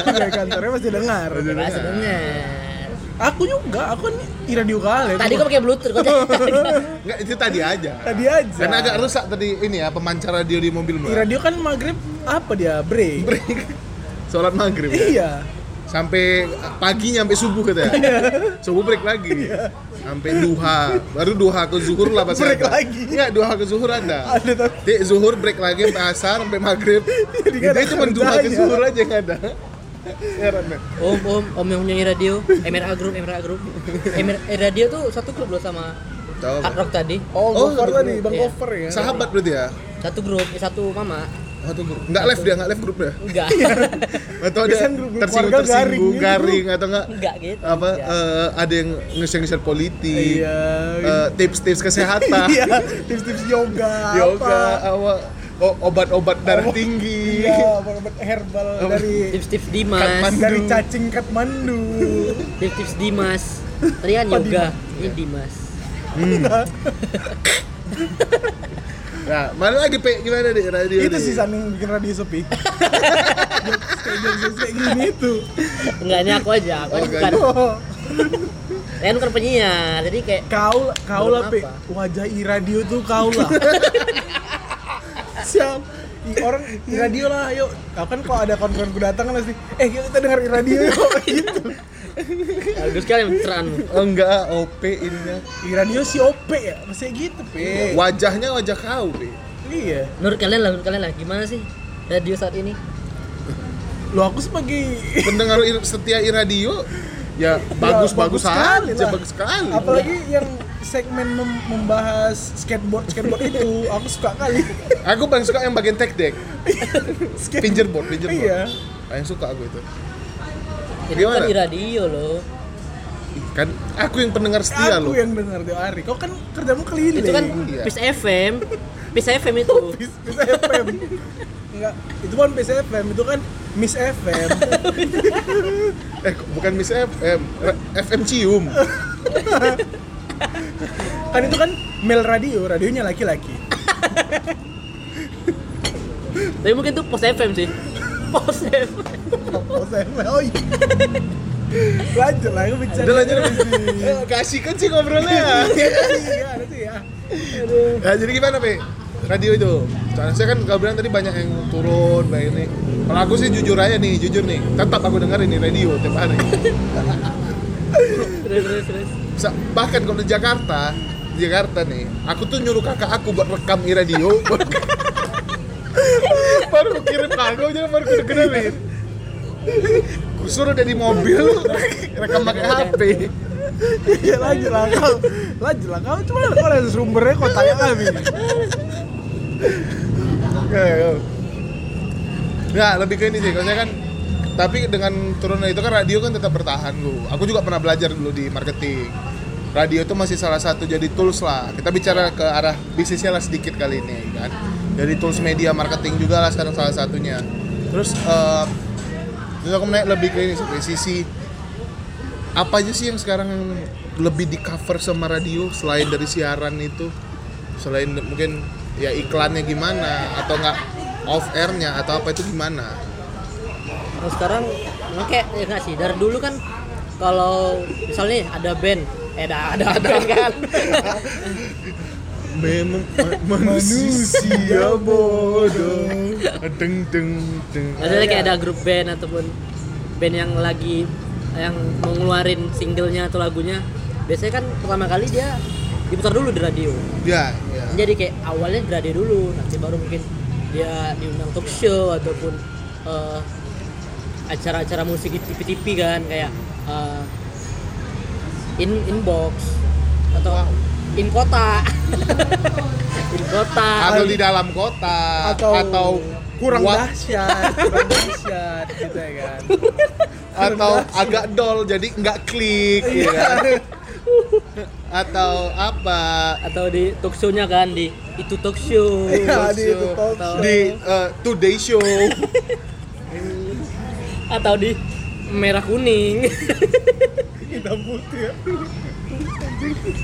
[SPEAKER 2] pegawai kantornya pasti dengar
[SPEAKER 3] bahasa dengar
[SPEAKER 2] aku juga aku nih radio kali
[SPEAKER 3] tadi kok pakai bluetooth kok
[SPEAKER 4] Enggak, itu tadi aja.
[SPEAKER 2] tadi aja
[SPEAKER 4] Karena agak rusak tadi ini ya pemancar radio di mobil
[SPEAKER 2] di
[SPEAKER 4] mbak.
[SPEAKER 2] radio kan maghrib apa dia break,
[SPEAKER 4] Sholat maghrib ya.
[SPEAKER 2] iya
[SPEAKER 4] Sampai pagi sampai subuh katanya. subuh break lagi. Sampai duha. Baru duha ke zuhur lah pas
[SPEAKER 2] Iya. Break
[SPEAKER 4] Anda.
[SPEAKER 2] lagi.
[SPEAKER 4] Iya, duha ke zuhur Anda.
[SPEAKER 2] Ada tapi-
[SPEAKER 4] Tik zuhur break lagi sampai asar sampai maghrib.
[SPEAKER 2] Jadi nggak ada
[SPEAKER 4] Dia cuma duha ke
[SPEAKER 2] kerjanya.
[SPEAKER 4] zuhur aja yang ada. Heran ya.
[SPEAKER 3] om om om yang punya radio MRA Group MRA Group MRA eh, radio tuh satu grup loh sama
[SPEAKER 4] Tahu.
[SPEAKER 3] Hard Rock tadi
[SPEAKER 2] oh,
[SPEAKER 4] Oh,
[SPEAKER 2] cover
[SPEAKER 4] satu
[SPEAKER 2] tadi
[SPEAKER 4] grup,
[SPEAKER 2] bang
[SPEAKER 3] iya.
[SPEAKER 2] cover ya
[SPEAKER 4] Sahabat berarti ya?
[SPEAKER 3] satu grup eh, satu mama
[SPEAKER 4] Satu grup. Enggak live dia, enggak live grupnya.
[SPEAKER 3] enggak
[SPEAKER 4] Atau ada
[SPEAKER 2] Biasanya grup-grup
[SPEAKER 4] tersinggung
[SPEAKER 2] keluarga
[SPEAKER 4] tersinggung
[SPEAKER 2] garing gitu.
[SPEAKER 4] garing atau enggak
[SPEAKER 3] enggak gitu
[SPEAKER 4] apa
[SPEAKER 3] Ya.
[SPEAKER 4] eh, ada yang nge-share politik.
[SPEAKER 2] iya
[SPEAKER 4] Eh, tips-tips kesehatan,
[SPEAKER 2] iya tips-tips yoga
[SPEAKER 4] yoga,
[SPEAKER 2] apa
[SPEAKER 4] awak o- obat-obat darah tinggi.
[SPEAKER 2] iya obat herbal dari
[SPEAKER 3] tips-tips Dimas
[SPEAKER 4] Kapan-
[SPEAKER 2] dari
[SPEAKER 4] Mandu.
[SPEAKER 2] cacing Katmandu
[SPEAKER 3] tips-tips Dimas tadi kan
[SPEAKER 2] Apa
[SPEAKER 3] yoga ini Dimas
[SPEAKER 4] Nah, mana lagi Pe? Gimana deh radio?
[SPEAKER 2] itu
[SPEAKER 4] nih?
[SPEAKER 2] sih San yang bikin radio sepi kayak jokes kayak gini tuh
[SPEAKER 3] enggak ini aku aja aku
[SPEAKER 4] Oh,
[SPEAKER 3] aja bukan
[SPEAKER 2] Oh,
[SPEAKER 3] saya kan bukan penyiar jadi kayak
[SPEAKER 2] kau kau lah
[SPEAKER 3] Belum
[SPEAKER 2] Pe.
[SPEAKER 3] apa.
[SPEAKER 2] ya? wajah i radio tuh kau lah siap I- orang i radio lah yuk kau kan kalau ada kawan-kawanku datang kan pasti eh yuk kita dengar i radio yuk gitu
[SPEAKER 3] bagus sekali pencerahanmu
[SPEAKER 4] Oh, enggak, OP ininya.
[SPEAKER 2] i radio si OP ya masih gitu pe
[SPEAKER 4] Wajahnya wajah kau, Pe.
[SPEAKER 2] iya
[SPEAKER 3] menurut kalian lah menurut kalian lah gimana sih radio saat ini
[SPEAKER 2] lo aku sebagai
[SPEAKER 4] Pendengar ir- setia i radio ya
[SPEAKER 2] bagus
[SPEAKER 4] bagus-bagus
[SPEAKER 2] sekali
[SPEAKER 4] aja,
[SPEAKER 2] lah.
[SPEAKER 4] bagus sekali.
[SPEAKER 2] apalagi yang segmen mem- membahas skateboard skateboard itu aku suka kali
[SPEAKER 4] Aku paling suka yang bagian tech deck,
[SPEAKER 2] skateboard
[SPEAKER 4] fingerboard, fingerboard.
[SPEAKER 2] iya
[SPEAKER 4] Paling Ah, suka aku itu.
[SPEAKER 3] itu kan
[SPEAKER 4] Gimana?
[SPEAKER 3] di radio loh
[SPEAKER 4] Kan aku yang pendengar setia
[SPEAKER 2] aku
[SPEAKER 4] loh.
[SPEAKER 2] yang dengar tiap hari kau kan kerjamu keliling
[SPEAKER 3] itu kan
[SPEAKER 4] Iya.
[SPEAKER 3] Peace FM Peace FM itu
[SPEAKER 2] Miss, Miss FM enggak itu bukan Miss FM itu kan Miss FM
[SPEAKER 4] Eh, kok bukan Miss FM, Ra- FM Cium.
[SPEAKER 2] kan itu kan male radio radionya laki-laki
[SPEAKER 3] tapi mungkin tuh Pos FM sih Pos FM
[SPEAKER 2] oh saya oh iya lanjut lah aku bicara
[SPEAKER 4] Udah lanjut. Eh, Kasihkan sih ngobrolnya.
[SPEAKER 2] iya itu ya
[SPEAKER 4] Ya, jadi gimana, Pe? Radio itu. Soalnya saya kan gak bilang tadi banyak yang turun, banyak ini. Kalau aku sih jujur aja nih, jujur nih. Tetap aku dengerin nih radio tiap hari.
[SPEAKER 3] terus terus terus
[SPEAKER 4] Sa- Bahkan kalau di Jakarta, di Jakarta nih, aku tuh nyuruh kakak aku buat rekam i radio. buat- baru aku kirim ke aku, jadi baru aku
[SPEAKER 3] Iya.
[SPEAKER 4] dengerin. Aku suruh dia di mobil, rekam pakai HP.
[SPEAKER 2] iya lanjut lah kau lanjut lah kau cuma kau ada sumbernya kau tanya kami
[SPEAKER 4] Iya, Ya, lebih ke ini sih. Kalau saya kan tapi dengan turunnya itu kan radio kan tetap bertahan gue. Aku juga pernah belajar dulu di marketing. Radio itu masih salah satu jadi tools lah. Kita bicara ke arah bisnisnya lah sedikit kali ini kan. Jadi tools media marketing juga lah sekarang salah satunya. Terus eh terus aku menaik lebih ke ini sih, ke sisi apa aja sih yang sekarang yang lebih di cover sama radio selain dari siaran itu selain mungkin ya iklannya gimana atau nggak off airnya atau apa itu gimana
[SPEAKER 3] Nah, sekarang emang kayak ya nggak sih dari dulu kan kalau misalnya ada band eh ada ada ada band kan
[SPEAKER 4] memang ma- manusia bodoh deng deng deng
[SPEAKER 3] maksudnya kayak ada grup band ataupun band yang lagi yang mau ngeluarin singlenya atau lagunya biasanya kan pertama kali dia diputar dulu di radio
[SPEAKER 4] ya, ya.
[SPEAKER 3] jadi kayak awalnya di radio dulu nanti baru mungkin dia diundang talk show ataupun eh, acara-acara musik di TV-TV kan kayak eh, in inbox atau in kota in kota
[SPEAKER 4] atau di dalam kota
[SPEAKER 2] atau,
[SPEAKER 4] Ah, atau
[SPEAKER 2] kurang
[SPEAKER 4] wa-
[SPEAKER 2] dahsyat kurang dahsyat gitu ya kan
[SPEAKER 4] atau agak dol jadi nggak klik ya kan? atau apa
[SPEAKER 3] atau di talk show-nya kan di itu talk show
[SPEAKER 2] Iya, di
[SPEAKER 4] show.
[SPEAKER 2] itu talk show.
[SPEAKER 4] di eh, Today Show
[SPEAKER 3] atau di merah kuning
[SPEAKER 2] hitam putih ya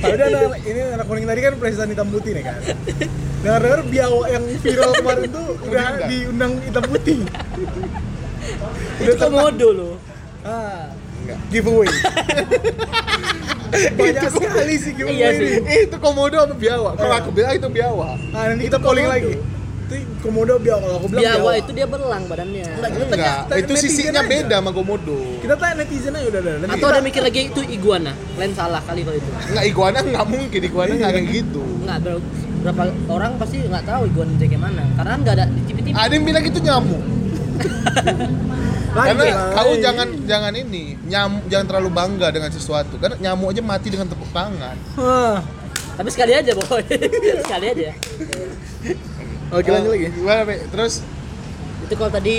[SPEAKER 2] Padahal anak- ini anak kuning tadi kan presiden hitam putih nih kan Dengar-dengar biawak yang viral kemarin tuh udah
[SPEAKER 4] Diundang.
[SPEAKER 2] diundang hitam putih
[SPEAKER 3] itu komodo loh
[SPEAKER 2] Ah,
[SPEAKER 4] Enggak.
[SPEAKER 2] giveaway Banyak sekali sih giveaway
[SPEAKER 3] Iya sih.
[SPEAKER 2] ini
[SPEAKER 4] Eh, itu komodo apa biawak kalau aku bilang itu biawak
[SPEAKER 2] Nah nanti kita polling
[SPEAKER 3] komodo.
[SPEAKER 2] lagi Itu komodo biawak, kalau aku bilang
[SPEAKER 3] biawa itu dia berlang badannya
[SPEAKER 2] Enggak. Kita tanya-
[SPEAKER 4] enggak
[SPEAKER 2] tanya
[SPEAKER 4] itu
[SPEAKER 2] netizen
[SPEAKER 4] sisinya
[SPEAKER 2] aja.
[SPEAKER 4] beda sama komodo
[SPEAKER 2] Kita tanya netizen aja udah udah nanti
[SPEAKER 3] atau
[SPEAKER 2] kita-
[SPEAKER 3] ada mikir lagi itu iguana kalian salah kali kalau itu
[SPEAKER 4] nggak iguana nggak mungkin iguana nggak kayak gitu
[SPEAKER 3] nggak ber- berapa orang pasti nggak tahu iguana itu kayak mana karena kan nggak ada di tipe-tipe
[SPEAKER 4] ada yang bilang itu nyamuk
[SPEAKER 2] Lagi,
[SPEAKER 4] karena
[SPEAKER 2] lagi.
[SPEAKER 4] kau jangan jangan ini nyam jangan terlalu bangga dengan sesuatu karena nyamuk aja mati dengan tepuk tangan
[SPEAKER 2] Hah.
[SPEAKER 3] tapi sekali aja boy sekali aja
[SPEAKER 2] Oke lanjut lagi
[SPEAKER 4] Eh, gimana Pe? terus
[SPEAKER 3] itu kalau tadi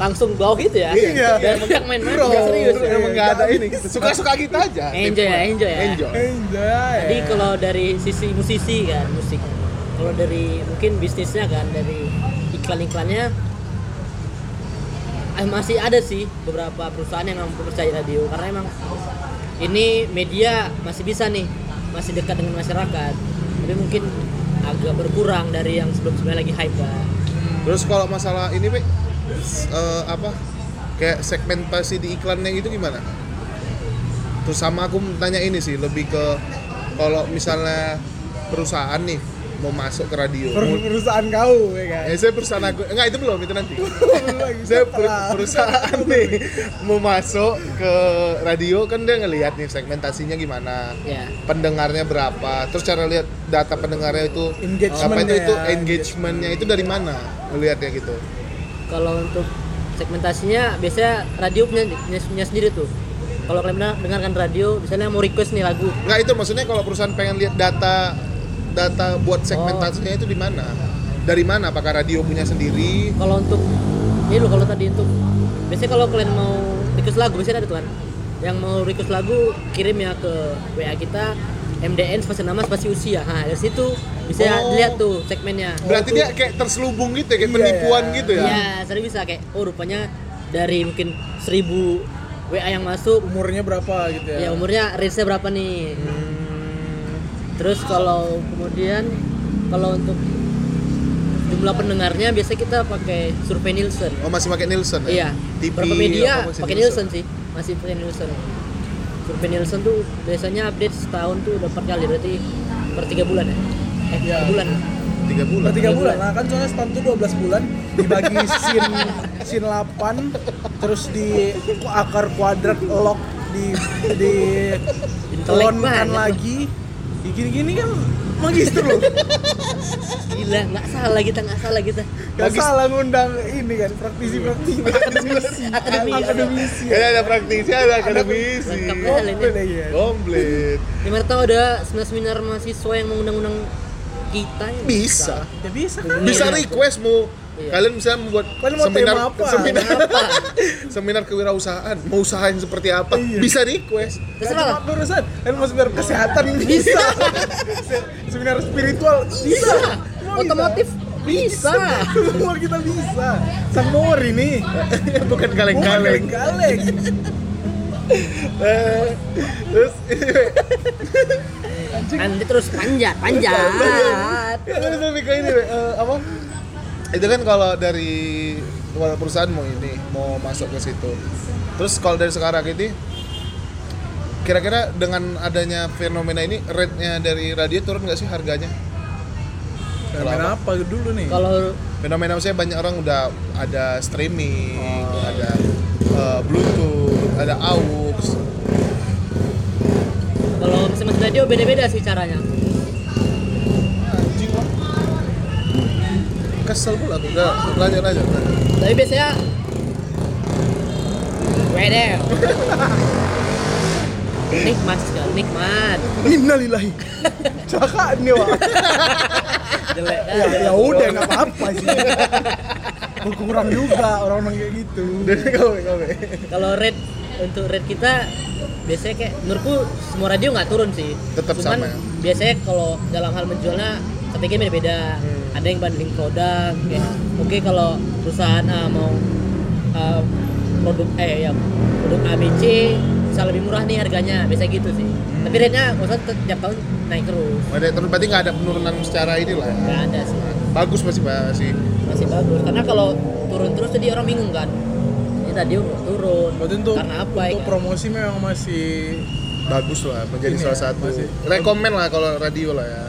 [SPEAKER 3] langsung bau gitu ya
[SPEAKER 2] Iya.
[SPEAKER 3] Jangan yang main-main
[SPEAKER 2] Bro,
[SPEAKER 3] nggak serius
[SPEAKER 2] bro,
[SPEAKER 4] emang
[SPEAKER 2] nggak
[SPEAKER 4] nggak ada
[SPEAKER 2] habis.
[SPEAKER 4] ini suka suka kita aja
[SPEAKER 3] enjoy ya enjoy ya
[SPEAKER 4] enjoy
[SPEAKER 2] Enjoy
[SPEAKER 3] Jadi kalau dari sisi musisi kan musik. Kalau dari mungkin bisnisnya kan dari iklan-iklannya eh, masih ada sih beberapa perusahaan yang mempercayai radio karena emang ini media masih bisa nih masih dekat dengan masyarakat tapi mungkin agak berkurang dari yang sebelum-sebelumnya lagi hype kan
[SPEAKER 4] terus kalau masalah ini Pe, s- eh, apa kayak segmentasi di iklannya itu gimana terus sama aku tanya ini sih lebih ke kalau misalnya perusahaan nih mau masuk ke radio
[SPEAKER 2] Per- perusahaan kau ya kan
[SPEAKER 4] Eh, saya perusahaan aku, enggak itu belum, itu nanti.
[SPEAKER 2] Lagi,
[SPEAKER 4] saya per-
[SPEAKER 2] setelah.
[SPEAKER 4] perusahaan nih mau masuk ke radio kan dia ngelihat nih segmentasinya gimana,
[SPEAKER 3] ya
[SPEAKER 4] pendengarnya berapa, terus cara lihat data pendengarnya itu apa itu
[SPEAKER 2] Engagement-nya
[SPEAKER 4] itu
[SPEAKER 2] ya.
[SPEAKER 4] engagementnya itu dari mana ngelihatnya gitu.
[SPEAKER 3] kalau untuk segmentasinya biasanya radio punya, punya, punya sendiri tuh kalau kalian dengar- dengarkan radio misalnya mau request nih lagu
[SPEAKER 4] Enggak itu maksudnya kalau perusahaan pengen lihat data data buat segmentasinya itu di mana? Dari mana? Apakah radio punya sendiri?
[SPEAKER 3] kalau untuk ini loh kalau tadi untuk biasanya kalau kalian mau request lagu biasanya ada tuh kan yang mau request lagu kirim ya ke WA kita MDN spasi nama spasi usia nah dari situ bisa
[SPEAKER 4] Oh.
[SPEAKER 3] dilihat tuh segmennya
[SPEAKER 4] Berarti dia kayak terselubung gitu ya, kayak
[SPEAKER 2] Iya,
[SPEAKER 4] penipuan
[SPEAKER 2] ya.
[SPEAKER 4] gitu ya.
[SPEAKER 3] ya sering bisa kayak oh rupanya dari mungkin 1000 WA yang masuk
[SPEAKER 2] umurnya berapa gitu ya
[SPEAKER 3] ya umurnya range berapa nih terus kalau kemudian kalau untuk jumlah pendengarnya biasanya kita pakai survei Nielsen
[SPEAKER 4] Oh masih pakai Nielsen
[SPEAKER 3] Iya.
[SPEAKER 4] ya? TV,
[SPEAKER 3] Beberapa media
[SPEAKER 4] apa masih
[SPEAKER 3] pakai Nielsen sih, masih pakai Nielsen. Survei Nielsen tuh biasanya update setahun tuh udah empat kali, berarti per tiga bulan ya? Eh,
[SPEAKER 2] Iya.
[SPEAKER 3] per bulan.
[SPEAKER 4] Tiga bulan.
[SPEAKER 2] per tiga
[SPEAKER 3] Tiga
[SPEAKER 2] bulan
[SPEAKER 3] bulan.
[SPEAKER 2] nah kan soalnya setahun tuh 12 bulan dibagi sin sin 8 terus di akar kuadrat lock di di
[SPEAKER 3] Intelek
[SPEAKER 2] lonkan
[SPEAKER 3] banget.
[SPEAKER 2] lagi Ya, gini-gini kan magister loh
[SPEAKER 3] Gila, nggak salah kita, nggak salah kita.
[SPEAKER 2] Gak
[SPEAKER 4] Magis-
[SPEAKER 2] salah ngundang ini kan praktisi-praktisi akademisi
[SPEAKER 3] Akademisi.
[SPEAKER 2] akademisi
[SPEAKER 4] Karena ada praktisi, ada akademisi.
[SPEAKER 3] Lengkap banget.
[SPEAKER 2] Komplit aja.
[SPEAKER 4] Komplit.
[SPEAKER 3] Di Maret tahu ada seminar-seminar mahasiswa yang mengundang-undang kita ya?
[SPEAKER 4] Bisa.
[SPEAKER 2] ya bisa kan
[SPEAKER 4] Bisa
[SPEAKER 3] Iya.
[SPEAKER 4] request mau
[SPEAKER 3] Iya.
[SPEAKER 4] kalian bisa membuat
[SPEAKER 2] Kalian mau
[SPEAKER 4] seminar
[SPEAKER 2] tema apa?
[SPEAKER 4] seminar seminar kewirausahaan mau usahain seperti apa
[SPEAKER 2] Iya.
[SPEAKER 4] bisa request
[SPEAKER 2] Gak
[SPEAKER 3] Terserah lah.
[SPEAKER 2] cuma Barusan, kan mau seminar kesehatan bisa Se- Seminar spiritual bisa Semua
[SPEAKER 3] Otomotif bisa.
[SPEAKER 2] Semua kita bisa Sang Mori nih
[SPEAKER 4] bukan
[SPEAKER 2] Bukan
[SPEAKER 4] kaleng-kaleng
[SPEAKER 2] Kaleng-kaleng
[SPEAKER 4] Eh, terus
[SPEAKER 3] Nanti terus panjat, panjat.
[SPEAKER 4] Ya, terus lebih ke ini eh, apa? Itu kan kalau dari luar perusahaan mau ini mau masuk ke situ. Terus kalau dari sekarang ini kira-kira dengan adanya fenomena ini rate-nya dari radio turun nggak sih harganya?
[SPEAKER 2] Fenomena apa dulu nih?
[SPEAKER 3] Kalau
[SPEAKER 4] Fenomena saya banyak orang udah ada streaming, ada eh, Bluetooth, ada AUX.
[SPEAKER 3] kalau masing-masing radio beda-beda sih caranya.
[SPEAKER 4] Anjing, Wak. Kesel pula aku. Udah, lanjut lanjut. lanjut.
[SPEAKER 3] Tapi biasanya Wedel Nikmat sekali, nikmat
[SPEAKER 2] Innalillahi
[SPEAKER 5] Celakaan nih, Wak.
[SPEAKER 3] jelek kan
[SPEAKER 5] Ya,
[SPEAKER 4] Iya.
[SPEAKER 5] ya udah nggak apa-apa sih. Berkurang juga orang-orang kayak gitu.
[SPEAKER 4] Kau, kau, kau.
[SPEAKER 3] kalau red untuk red kita biasanya kayak menurutku semua radio nggak turun sih
[SPEAKER 4] Tetap
[SPEAKER 3] cuman
[SPEAKER 4] sama ya?
[SPEAKER 3] biasanya kalau dalam hal menjualnya strategi beda-beda
[SPEAKER 4] Hmm.
[SPEAKER 3] ada yang bundling produk kayak, oke kalau perusahaan A mau uh, produk eh ya produk ABC bisa lebih murah nih harganya biasanya gitu sih tapi
[SPEAKER 4] Hmm.
[SPEAKER 3] rate-nya maksudnya tet- tiap tahun naik terus
[SPEAKER 4] Ada- Terus berarti nggak ada penurunan secara inilah. ya.
[SPEAKER 3] nggak ada sih
[SPEAKER 4] Bagus masih masih.
[SPEAKER 3] masih bagus karena kalau turun terus jadi orang bingung kan ini radio kok turun
[SPEAKER 2] Berarti untuk,
[SPEAKER 3] karena apa ya
[SPEAKER 2] untuk
[SPEAKER 3] kan?
[SPEAKER 2] promosi memang masih
[SPEAKER 4] Bagus lah, menjadi
[SPEAKER 2] Ini
[SPEAKER 4] salah
[SPEAKER 2] ya,
[SPEAKER 4] satu.
[SPEAKER 2] masih-
[SPEAKER 4] Rekomen lah kalau radio lah ya.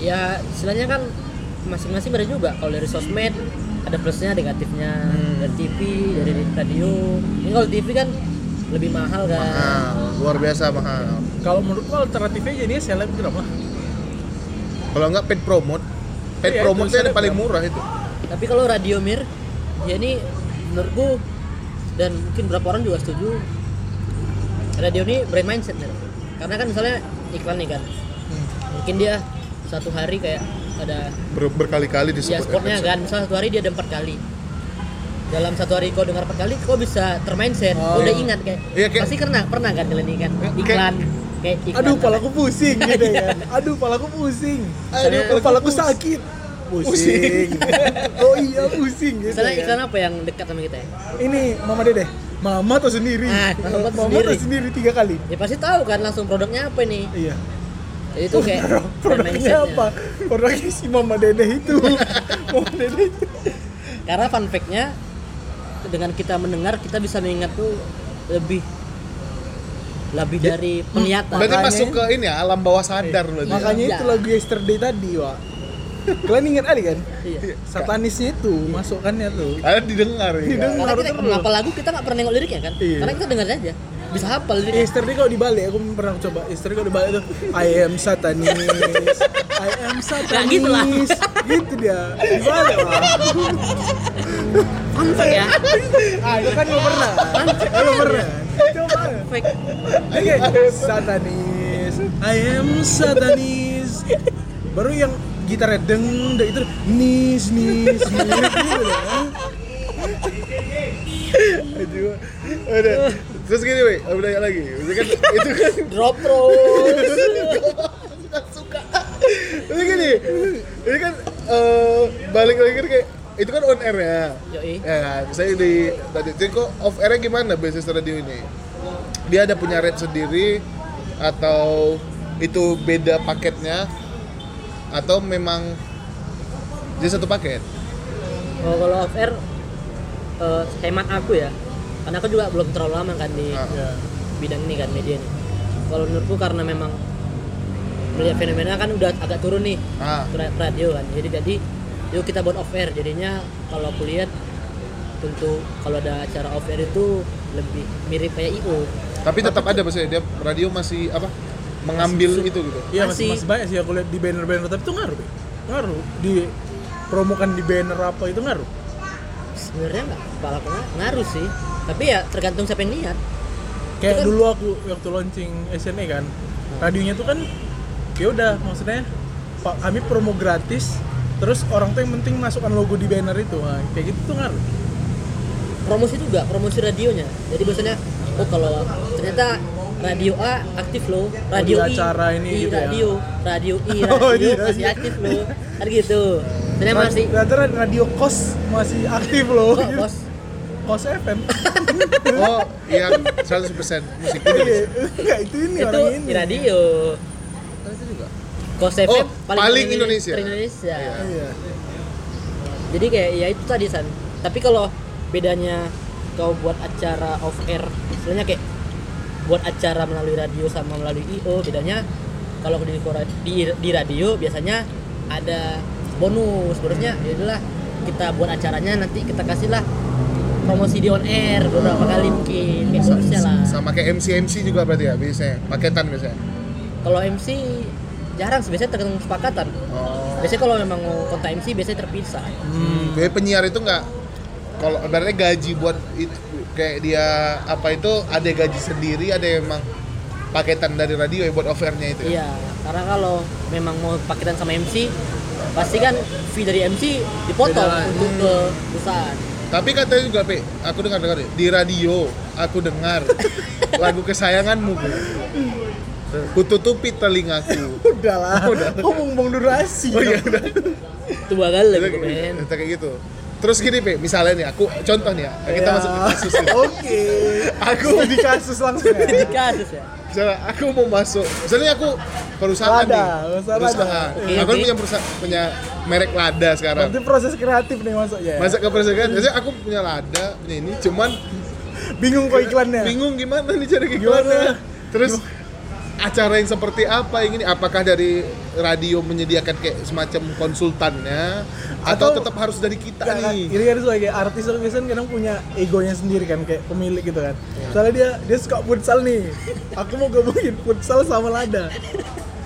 [SPEAKER 3] ya istilahnya kan masing-masing beda juga kalau dari sosmed ada plusnya negatifnya
[SPEAKER 2] Hmm.
[SPEAKER 3] dari TV dari radio ini kalau TV kan lebih mahal kan
[SPEAKER 4] Mahal, luar biasa mahal.
[SPEAKER 2] kalau menurutku alternatifnya
[SPEAKER 5] ya
[SPEAKER 2] jadinya selebgram lah
[SPEAKER 4] Kalau nggak paid promote, paid
[SPEAKER 2] Iya, itu
[SPEAKER 4] promote itu yang
[SPEAKER 2] selebgram.
[SPEAKER 4] paling murah itu.
[SPEAKER 3] tapi kalau radio mir ya ini menurutku dan mungkin berapa orang juga setuju radio ini brand mindset Mir. karena kan misalnya iklan nih kan
[SPEAKER 5] Hmm.
[SPEAKER 3] mungkin dia satu hari kayak ada
[SPEAKER 4] Ber- berkali-kali
[SPEAKER 3] ya
[SPEAKER 4] disebut.
[SPEAKER 3] spotnya
[SPEAKER 4] advertisement.
[SPEAKER 3] kan misalnya satu hari dia ada empat kali dalam satu hari kau dengar empat kali kau bisa termindset
[SPEAKER 4] Oh.
[SPEAKER 3] udah ingat kayak,
[SPEAKER 4] Iya, kayak-
[SPEAKER 3] pasti pernah pernah kan kalian ikan iklan kayak iklan
[SPEAKER 5] Aduh, kepala aku pusing gitu
[SPEAKER 3] Iya.
[SPEAKER 5] ya. Aduh, kepala aku pusing.
[SPEAKER 4] Aduh,
[SPEAKER 5] Aduh, kepala aku
[SPEAKER 4] pus-
[SPEAKER 5] sakit. Pusing.
[SPEAKER 4] Pusing.
[SPEAKER 5] oh iya, pusing gitu.
[SPEAKER 3] misalnya
[SPEAKER 5] ya.
[SPEAKER 3] iklan apa yang dekat sama kita ya
[SPEAKER 5] Ini Mama Dede. Mama tuh sendiri.
[SPEAKER 3] Ah,
[SPEAKER 5] Mama
[SPEAKER 3] Mama
[SPEAKER 5] tuh
[SPEAKER 3] sendiri.
[SPEAKER 5] sendiri tiga kali.
[SPEAKER 3] ya pasti tahu kan langsung produknya apa nih
[SPEAKER 5] Iya.
[SPEAKER 3] jadi itu kayak brand
[SPEAKER 5] Produknya
[SPEAKER 3] mindsetnya.
[SPEAKER 5] apa? Produknya si Mama Dede itu. Mama Dede itu.
[SPEAKER 3] karena fun fact-nya dengan kita mendengar kita bisa mengingat tuh lebih lebih dari penglihatan
[SPEAKER 4] hmm, Berarti
[SPEAKER 5] Makanya-
[SPEAKER 4] masuk ke ini ya, alam bawah sadar berarti. ya.
[SPEAKER 5] Makanya
[SPEAKER 3] Iya.
[SPEAKER 5] itu lagu yesterday tadi, Wak. Kalian ingat kali kan?
[SPEAKER 3] Iya.
[SPEAKER 5] Satanisnya itu masukkannya tuh.
[SPEAKER 4] Ada didengar ya.
[SPEAKER 5] Didengar.
[SPEAKER 3] karena kita
[SPEAKER 5] Terus.
[SPEAKER 3] kenapa lagu kita nggak pernah nengok liriknya kan
[SPEAKER 5] Iya.
[SPEAKER 3] karena kita dengar aja bisa hafal liriknya
[SPEAKER 4] Iya,
[SPEAKER 5] Yesterday kalau dibalik, aku pernah coba. Yesterday kalau dibalik tuh, I am satanis, I am satanis.
[SPEAKER 3] Nah, gitu lah.
[SPEAKER 5] Gitu dia. Dibalik lah.
[SPEAKER 3] fun fact ya
[SPEAKER 5] Ah, itu kan lo pernah. Lo pernah.
[SPEAKER 3] Iya.
[SPEAKER 5] Coba.
[SPEAKER 3] fun fact
[SPEAKER 5] Oke, satanis. I am satanis. Baru yang gitarnya deng, deng, itu nis nis nis gitu dah.
[SPEAKER 4] Aduh. Udah. Terus gini, weh, aku nanya lagi. Maksudnya kan itu kan
[SPEAKER 3] drop terus
[SPEAKER 4] Ini gini, ini kan eh, balik lagi kan kayak itu kan on air ya.
[SPEAKER 3] Yoi.
[SPEAKER 4] Ya, misalnya di tadi itu kok off air gimana bisnis radio ini? Dia ada punya rate sendiri atau itu beda paketnya atau memang dia satu paket?
[SPEAKER 3] Oh, kalau off air eh, hemat aku ya karena aku juga belum terlalu lama kan di
[SPEAKER 4] Ah.
[SPEAKER 5] Ya.
[SPEAKER 3] bidang ini kan media ini kalau menurutku karena memang melihat fenomena kan udah agak turun nih
[SPEAKER 4] Ah,
[SPEAKER 3] ra- radio kan jadi jadi yuk kita buat off air jadinya kalau aku lihat tentu kalau ada acara off air itu lebih mirip kayak IO
[SPEAKER 4] tapi tetap ada maksudnya dia radio masih apa? mengambil itu gitu.
[SPEAKER 2] Iya masih,
[SPEAKER 3] Masih-
[SPEAKER 2] masih banyak sih aku lihat di banner-banner tapi itu ngaruh, Be. ngaruh. Di promokan di banner apa itu ngaruh.
[SPEAKER 3] sebenarnya nggak kepala aku nggak ngaruh sih tapi ya tergantung siapa yang lihat
[SPEAKER 2] Kayak
[SPEAKER 3] Itu kan-
[SPEAKER 2] dulu aku waktu launching SNE kan,
[SPEAKER 4] Hmm.
[SPEAKER 2] radionya tuh kan ya udah maksudnya Pak kami promo gratis, terus orang tuh yang penting masukkan logo di banner itu, nah, kayak gitu tuh ngaruh.
[SPEAKER 3] promosi juga promosi radionya jadi biasanya oh kalau ternyata radio A aktif loh
[SPEAKER 2] Oh,
[SPEAKER 3] radio
[SPEAKER 2] di
[SPEAKER 3] I
[SPEAKER 2] acara ini
[SPEAKER 3] I
[SPEAKER 2] gitu ya?
[SPEAKER 3] radio radio I radio
[SPEAKER 5] Oh, iya,
[SPEAKER 3] masih
[SPEAKER 5] iya.
[SPEAKER 3] aktif loh kan gitu ternyata masih
[SPEAKER 5] Ternyata radio kos masih aktif
[SPEAKER 2] Oh,
[SPEAKER 5] loh.
[SPEAKER 2] iya.
[SPEAKER 3] kok bos
[SPEAKER 5] Kos FM.
[SPEAKER 4] Oh, yang 100% musik.
[SPEAKER 5] Iya, Enggak itu ini
[SPEAKER 3] itu
[SPEAKER 5] orang ini.
[SPEAKER 3] di radio
[SPEAKER 4] Itu juga.
[SPEAKER 3] Kos FM
[SPEAKER 4] Oh, paling Indonesia.
[SPEAKER 3] paling Indonesia.
[SPEAKER 5] Iya.
[SPEAKER 3] Jadi kayak ya itu tadi san. Tapi kalau bedanya kau buat acara off air, sebenarnya kayak buat acara melalui radio sama melalui IO bedanya kalau di kora- di, di radio biasanya ada bonus bonusnya ya itulah kita buat acaranya nanti kita kasihlah promosi di on air beberapa kali mungkin kayak bonusnya lah
[SPEAKER 4] Sama kayak MC MC juga berarti ya biasanya, paketan biasanya.
[SPEAKER 3] kalau MC jarang sih biasanya tergantung kesepakatan
[SPEAKER 4] Oh.
[SPEAKER 3] biasanya kalau memang mau kontak MC biasanya terpisah
[SPEAKER 4] Jadi Hmm, penyiar itu nggak kalau berarti gaji buat itu kayak dia apa itu ada gaji sendiri ada yang emang paketan dari radio ya buat offernya itu. ya?
[SPEAKER 3] Iya, karena kalau memang mau paketan sama MC pasti kan fee dari MC dipotong
[SPEAKER 2] Beda lah.
[SPEAKER 3] untuk ke
[SPEAKER 4] Hmm.
[SPEAKER 3] perusahaan
[SPEAKER 4] Tapi katanya juga, Pe, aku dengar-dengar ya, di radio, aku dengar lagu kesayanganmu. Bu. Kututupi telingaku.
[SPEAKER 2] udahlah ngomong-ngomong durasi
[SPEAKER 4] Oh iya, udah.
[SPEAKER 3] itu bakal
[SPEAKER 4] Kita
[SPEAKER 3] lagi men
[SPEAKER 4] kita kayak gitu. Terus gini, Pe, misalnya nih, aku contoh nih ya, kita
[SPEAKER 2] Ya.
[SPEAKER 4] masuk ke kasus ini. Iya.
[SPEAKER 2] oke aku di kasus langsung ya.
[SPEAKER 3] jadi kasus ya
[SPEAKER 4] Misalnya aku mau masuk, misalnya aku perusahaan
[SPEAKER 2] Lada,
[SPEAKER 4] nih,
[SPEAKER 2] perusahaan
[SPEAKER 4] perusahaan.
[SPEAKER 2] Lada.
[SPEAKER 3] Oke,
[SPEAKER 4] aku kan
[SPEAKER 3] oke.
[SPEAKER 4] punya perusahaan, punya merek Lada sekarang.
[SPEAKER 2] Berarti proses kreatif nih masuknya ya?
[SPEAKER 4] Masa ke perusahaan, kan, biasanya aku punya Lada, punya ini, cuman
[SPEAKER 2] bingung kok iklannya
[SPEAKER 4] bingung gimana nih cara kayak
[SPEAKER 2] Gimana?
[SPEAKER 4] gimana terus acara yang seperti apa yang ini apakah dari radio menyediakan kayak semacam konsultannya atau,
[SPEAKER 2] Atau-
[SPEAKER 4] tetap harus dari kita
[SPEAKER 2] Nggak, kan?
[SPEAKER 4] nih
[SPEAKER 2] Ini kan sebagai artis tuh biasanya kadang punya egonya sendiri kan kayak pemilik gitu kan. Soalnya dia dia suka futsal nih. Aku mau gabungin futsal sama lada.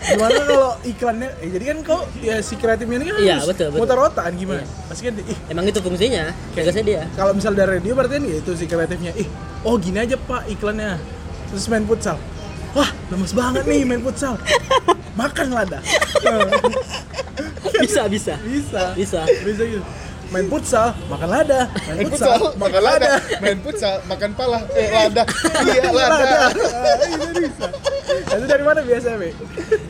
[SPEAKER 2] Gimana kalau iklannya? Eh, jadi kan kau ya si kreatifnya ini kan
[SPEAKER 3] Iya,
[SPEAKER 2] harus
[SPEAKER 3] betul, betul.
[SPEAKER 2] muter otak gimana? Pasti kan dia, ih,
[SPEAKER 3] emang itu fungsinya tugasnya dia
[SPEAKER 2] kalau misal dari radio berarti kan gitu si kreatifnya. Ih, oh gini aja Pak iklannya. Terus main futsal. Wah, lemes banget nih main futsal. Makan lada. Nah,
[SPEAKER 3] bisa bisa
[SPEAKER 2] Bisa.
[SPEAKER 3] Bisa.
[SPEAKER 2] Bisa gitu. Main futsal, makan lada.
[SPEAKER 4] main futsal makan lada main futsal makan pala eh lada iya lada
[SPEAKER 2] Nah, Itu dari mana biasa, Be?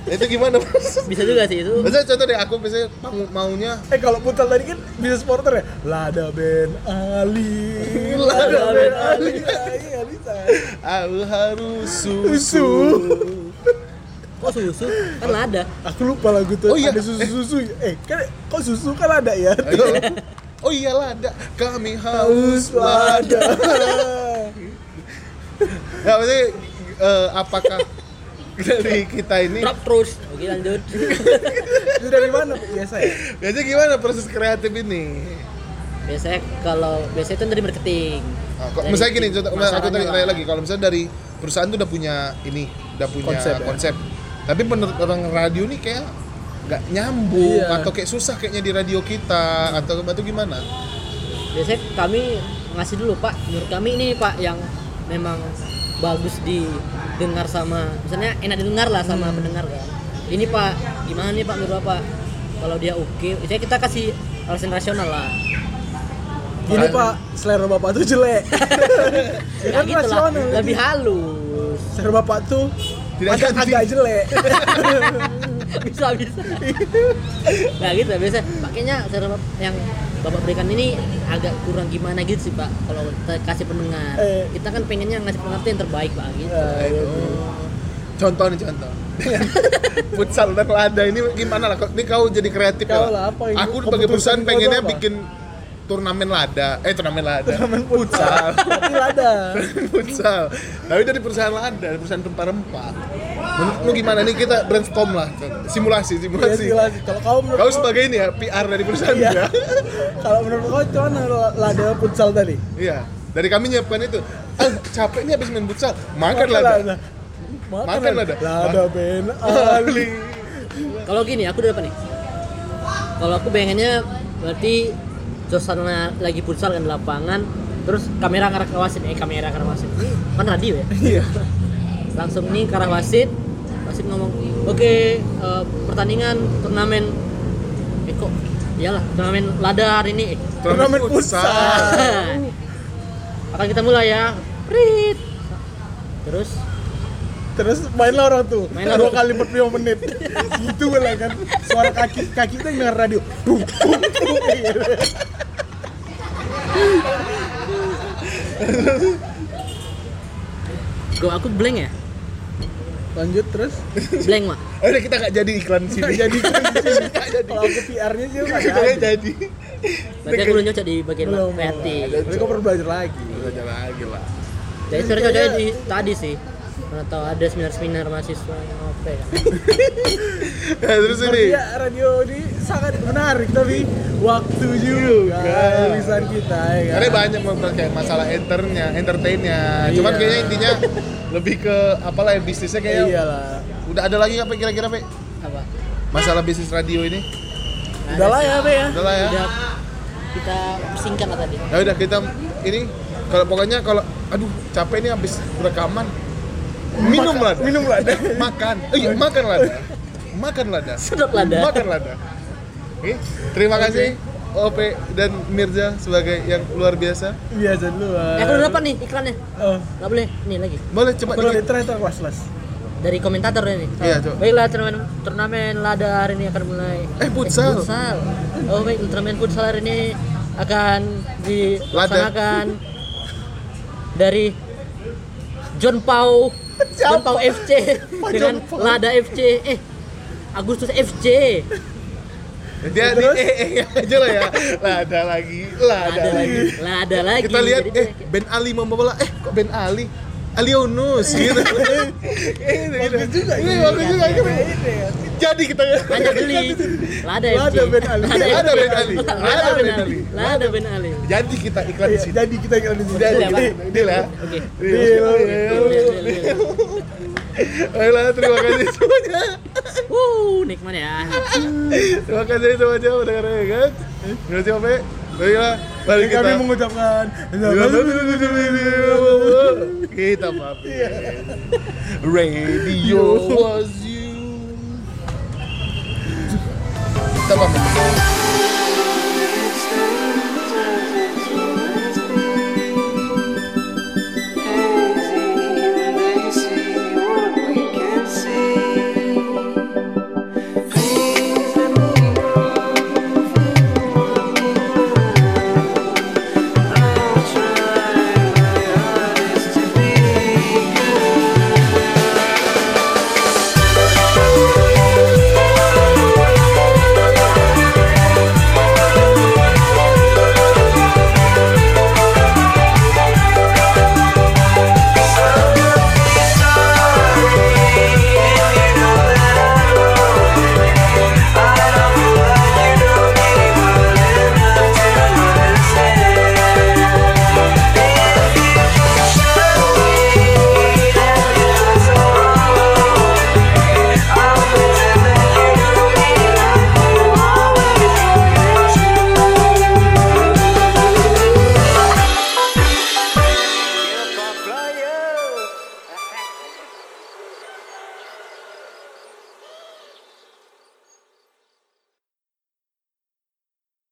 [SPEAKER 4] itu gimana bos
[SPEAKER 3] bisa juga sih itu
[SPEAKER 4] Maksudnya contoh deh aku biasanya mau- maunya
[SPEAKER 2] Eh kalau putar tadi kan bisa supporter ya? Lada Ben Ali, Lada Ben Ali, Ali, Ali, Ali.
[SPEAKER 4] aku harus
[SPEAKER 2] Susu.
[SPEAKER 4] susu
[SPEAKER 3] kok susu kan lada
[SPEAKER 2] Aku lupa lagu tuh.
[SPEAKER 4] Oh iya.
[SPEAKER 2] Ada susu-susu. Eh, kan kok susu kan ada ya?
[SPEAKER 4] Ayo. oh iya lada kami haus
[SPEAKER 2] Haus lada.
[SPEAKER 4] Nggak, Nah, maksudnya eh, apakah dari kita ini
[SPEAKER 3] trap terus oke lanjut
[SPEAKER 2] Itu dari mana Be? biasa ya?
[SPEAKER 4] jadi gimana proses kreatif ini?
[SPEAKER 3] biasanya kalau biasanya itu dari marketing
[SPEAKER 4] Nah, kok-
[SPEAKER 3] Dari
[SPEAKER 4] misalnya gini, contoh, aku
[SPEAKER 3] pemasarannya
[SPEAKER 4] tanya
[SPEAKER 3] lah.
[SPEAKER 4] tanya lagi kalau misalnya dari perusahaan tuh udah punya ini, udah punya
[SPEAKER 2] Konsep
[SPEAKER 4] konsep.
[SPEAKER 2] ya?
[SPEAKER 4] Tapi menurut orang radio nih kayak nggak nyambung
[SPEAKER 2] Iya.
[SPEAKER 4] atau kayak susah kayaknya di radio kita atau atau gimana?
[SPEAKER 3] biasanya kami ngasih dulu pak menurut kami ini pak yang memang bagus didengar sama misalnya enak didengar lah sama
[SPEAKER 2] Hmm.
[SPEAKER 3] pendengar kan ini pak gimana nih pak menurut pak kalau dia oke biasanya kita kasih alasan rasional lah
[SPEAKER 2] Gini Pak, selera Bapak tuh jelek. ya
[SPEAKER 3] ya
[SPEAKER 2] kan
[SPEAKER 3] gitu lah
[SPEAKER 2] rasional.
[SPEAKER 3] lebih halus
[SPEAKER 2] Selera Bapak tuh
[SPEAKER 4] Tidak
[SPEAKER 2] agak,
[SPEAKER 4] cantik.
[SPEAKER 2] agak jelek.
[SPEAKER 3] bisa bisa nah gitu biasa pakainya cara yang bapak berikan ini agak kurang gimana gitu sih pak kalau kita kasih pendengar
[SPEAKER 2] Eh.
[SPEAKER 3] kita kan pengennya ngasih pengertian yang terbaik pak gitu
[SPEAKER 2] Nah,
[SPEAKER 4] Nah, itu. Contoh nih contoh. Futsal udah ada ini gimana lah? Ini kau jadi kreatif
[SPEAKER 2] Kau
[SPEAKER 4] ya
[SPEAKER 2] lah, apa yang-
[SPEAKER 4] Aku sebagai
[SPEAKER 2] keputusan
[SPEAKER 4] perusahaan
[SPEAKER 2] kau
[SPEAKER 4] pengennya
[SPEAKER 2] tuh apa?
[SPEAKER 4] bikin turnamen lada, eh turnamen lada.
[SPEAKER 2] Ramen futsal. Tapi lada.
[SPEAKER 4] futsal tapi dari perusahaan lada dari perusahaan rempah-rempah menurut lu gimana nih kita brainstorm lah simulasi
[SPEAKER 2] Ya,
[SPEAKER 4] simulasi
[SPEAKER 2] jelas. Kalau kau menurut
[SPEAKER 4] kau sebagai ini ya PR dari perusahaan
[SPEAKER 2] Iya.
[SPEAKER 4] ya
[SPEAKER 2] Kalau menurut kau cuman lada futsal tadi.
[SPEAKER 4] iya dari kami nyiapkan itu ah capek nih habis main futsal makan
[SPEAKER 2] Makan
[SPEAKER 4] lada
[SPEAKER 2] Makan,
[SPEAKER 4] Makan
[SPEAKER 2] lada.
[SPEAKER 4] lada.
[SPEAKER 2] Lada Ben Ali.
[SPEAKER 4] Ali
[SPEAKER 3] kalau gini aku udah apa nih kalau aku pengennya berarti suasana lagi futsal kan di lapangan terus kamera ngarah ke wasit eh kamera ke arah wasit Ini kan radio ya
[SPEAKER 2] Iya.
[SPEAKER 3] langsung nih ke arah wasit wasit ngomong oke eh, pertandingan turnamen eh kok iyalah turnamen lada hari ini Eh.
[SPEAKER 2] Turnamen futsal.
[SPEAKER 3] akan kita mulai ya Prit. terus
[SPEAKER 2] Terus mainlah orang tuh.
[SPEAKER 3] Mainlah.
[SPEAKER 2] Dua kali 45 menit. gitu lah kan. Suara kaki kaki tuh dengar radio. Bum, bum, bum.
[SPEAKER 3] gue aku blank ya
[SPEAKER 2] Lanjut terus.
[SPEAKER 3] blank mak
[SPEAKER 4] Eh, udah kita gak jadi iklan
[SPEAKER 2] Nggak
[SPEAKER 4] sini
[SPEAKER 2] jadi kan.
[SPEAKER 4] Nggak jadi
[SPEAKER 2] Kalau aku PR-nya sih nggak jadi.
[SPEAKER 4] kita gak jadi
[SPEAKER 3] berarti aku belum cocok di bagian
[SPEAKER 2] Belum.
[SPEAKER 3] kreatif
[SPEAKER 2] Tapi kau perlu belajar lagi.
[SPEAKER 4] Kita jalan lagi lah
[SPEAKER 3] jadi sebenarnya cocoknya di tadi sih mana tahu ada seminar-seminar mahasiswa yang apa ya
[SPEAKER 4] Nah, terus ini
[SPEAKER 2] Iya, radio ini sangat menarik tapi waktu juga tulisan kita ya kan.
[SPEAKER 4] Karena banyak ngobrol kayak masalah enternya, entertainnya. Cuman
[SPEAKER 2] Iya.
[SPEAKER 4] kayaknya intinya lebih ke apalah ya bisnisnya kayaknya.
[SPEAKER 2] Iyalah.
[SPEAKER 4] Udah ada lagi apa kira-kira, Pe?
[SPEAKER 3] apa
[SPEAKER 4] Masalah bisnis radio ini.
[SPEAKER 2] Udah lah ya, Be ya.
[SPEAKER 4] Udah lah ya.
[SPEAKER 3] udah kita singkat lah tadi
[SPEAKER 4] Ya udah kita ini kalau pokoknya kalau aduh capek nih habis rekaman minum lah
[SPEAKER 2] Minum lah.
[SPEAKER 4] makan eh, iya, makan lah makan lada.
[SPEAKER 3] Sedot lada.
[SPEAKER 4] Makan lada. Oke, terima kasih OP dan Mirza sebagai yang luar biasa.
[SPEAKER 2] biasa dulu
[SPEAKER 3] Eh, aku udah dapat nih iklannya.
[SPEAKER 2] oh
[SPEAKER 3] Nggak boleh. Nih lagi.
[SPEAKER 4] Boleh coba
[SPEAKER 2] kalau
[SPEAKER 4] dikit.
[SPEAKER 2] liter itu kelas kelas
[SPEAKER 3] Dari komentator ini. Oh.
[SPEAKER 4] Iya, coba.
[SPEAKER 3] Baiklah, turnamen, turnamen lada hari ini akan mulai.
[SPEAKER 4] Eh, futsal.
[SPEAKER 3] futsal. Oh, baik, turnamen futsal hari ini akan dilaksanakan dari John Pau John Pau FC dengan Lada FC. Eh, Agustus FC.
[SPEAKER 4] Dia di eh, eh, eh aja lah ya. Lada lagi, lada
[SPEAKER 3] Lada
[SPEAKER 4] lagi.
[SPEAKER 3] lagi. Lada lagi.
[SPEAKER 4] Kita lihat
[SPEAKER 3] Jadi
[SPEAKER 4] eh Ben Ali mau bola, eh kok Ben Ali? Alionus gitu. eh, bagus juga. Ini bagus juga. Iya, Jadi kita ya.
[SPEAKER 3] Hanya beli Lada FC.
[SPEAKER 2] Lada Ben Ali.
[SPEAKER 4] Lada Ben Ali.
[SPEAKER 3] Lada Ben Ali. Lada Ben Ali.
[SPEAKER 4] Jadi kita iklan di sini.
[SPEAKER 2] Iya, jadi kita iklan di sini
[SPEAKER 4] Jadi
[SPEAKER 3] Deal ya, Pak?
[SPEAKER 4] deal ya.
[SPEAKER 3] Oke.
[SPEAKER 4] Deal.
[SPEAKER 3] Deal, deal, deal, deal.
[SPEAKER 4] iya. Baiklah, terima kasih semuanya.
[SPEAKER 3] Wuh, nikmat ya.
[SPEAKER 4] Terima kasih semuanya udah dengerin. ya kan? Terima kasih Ope. Baiklah, mari kita.
[SPEAKER 2] kami mengucapkan
[SPEAKER 4] Iya, Kita pamit. Tá Radio was you. Kita pamit.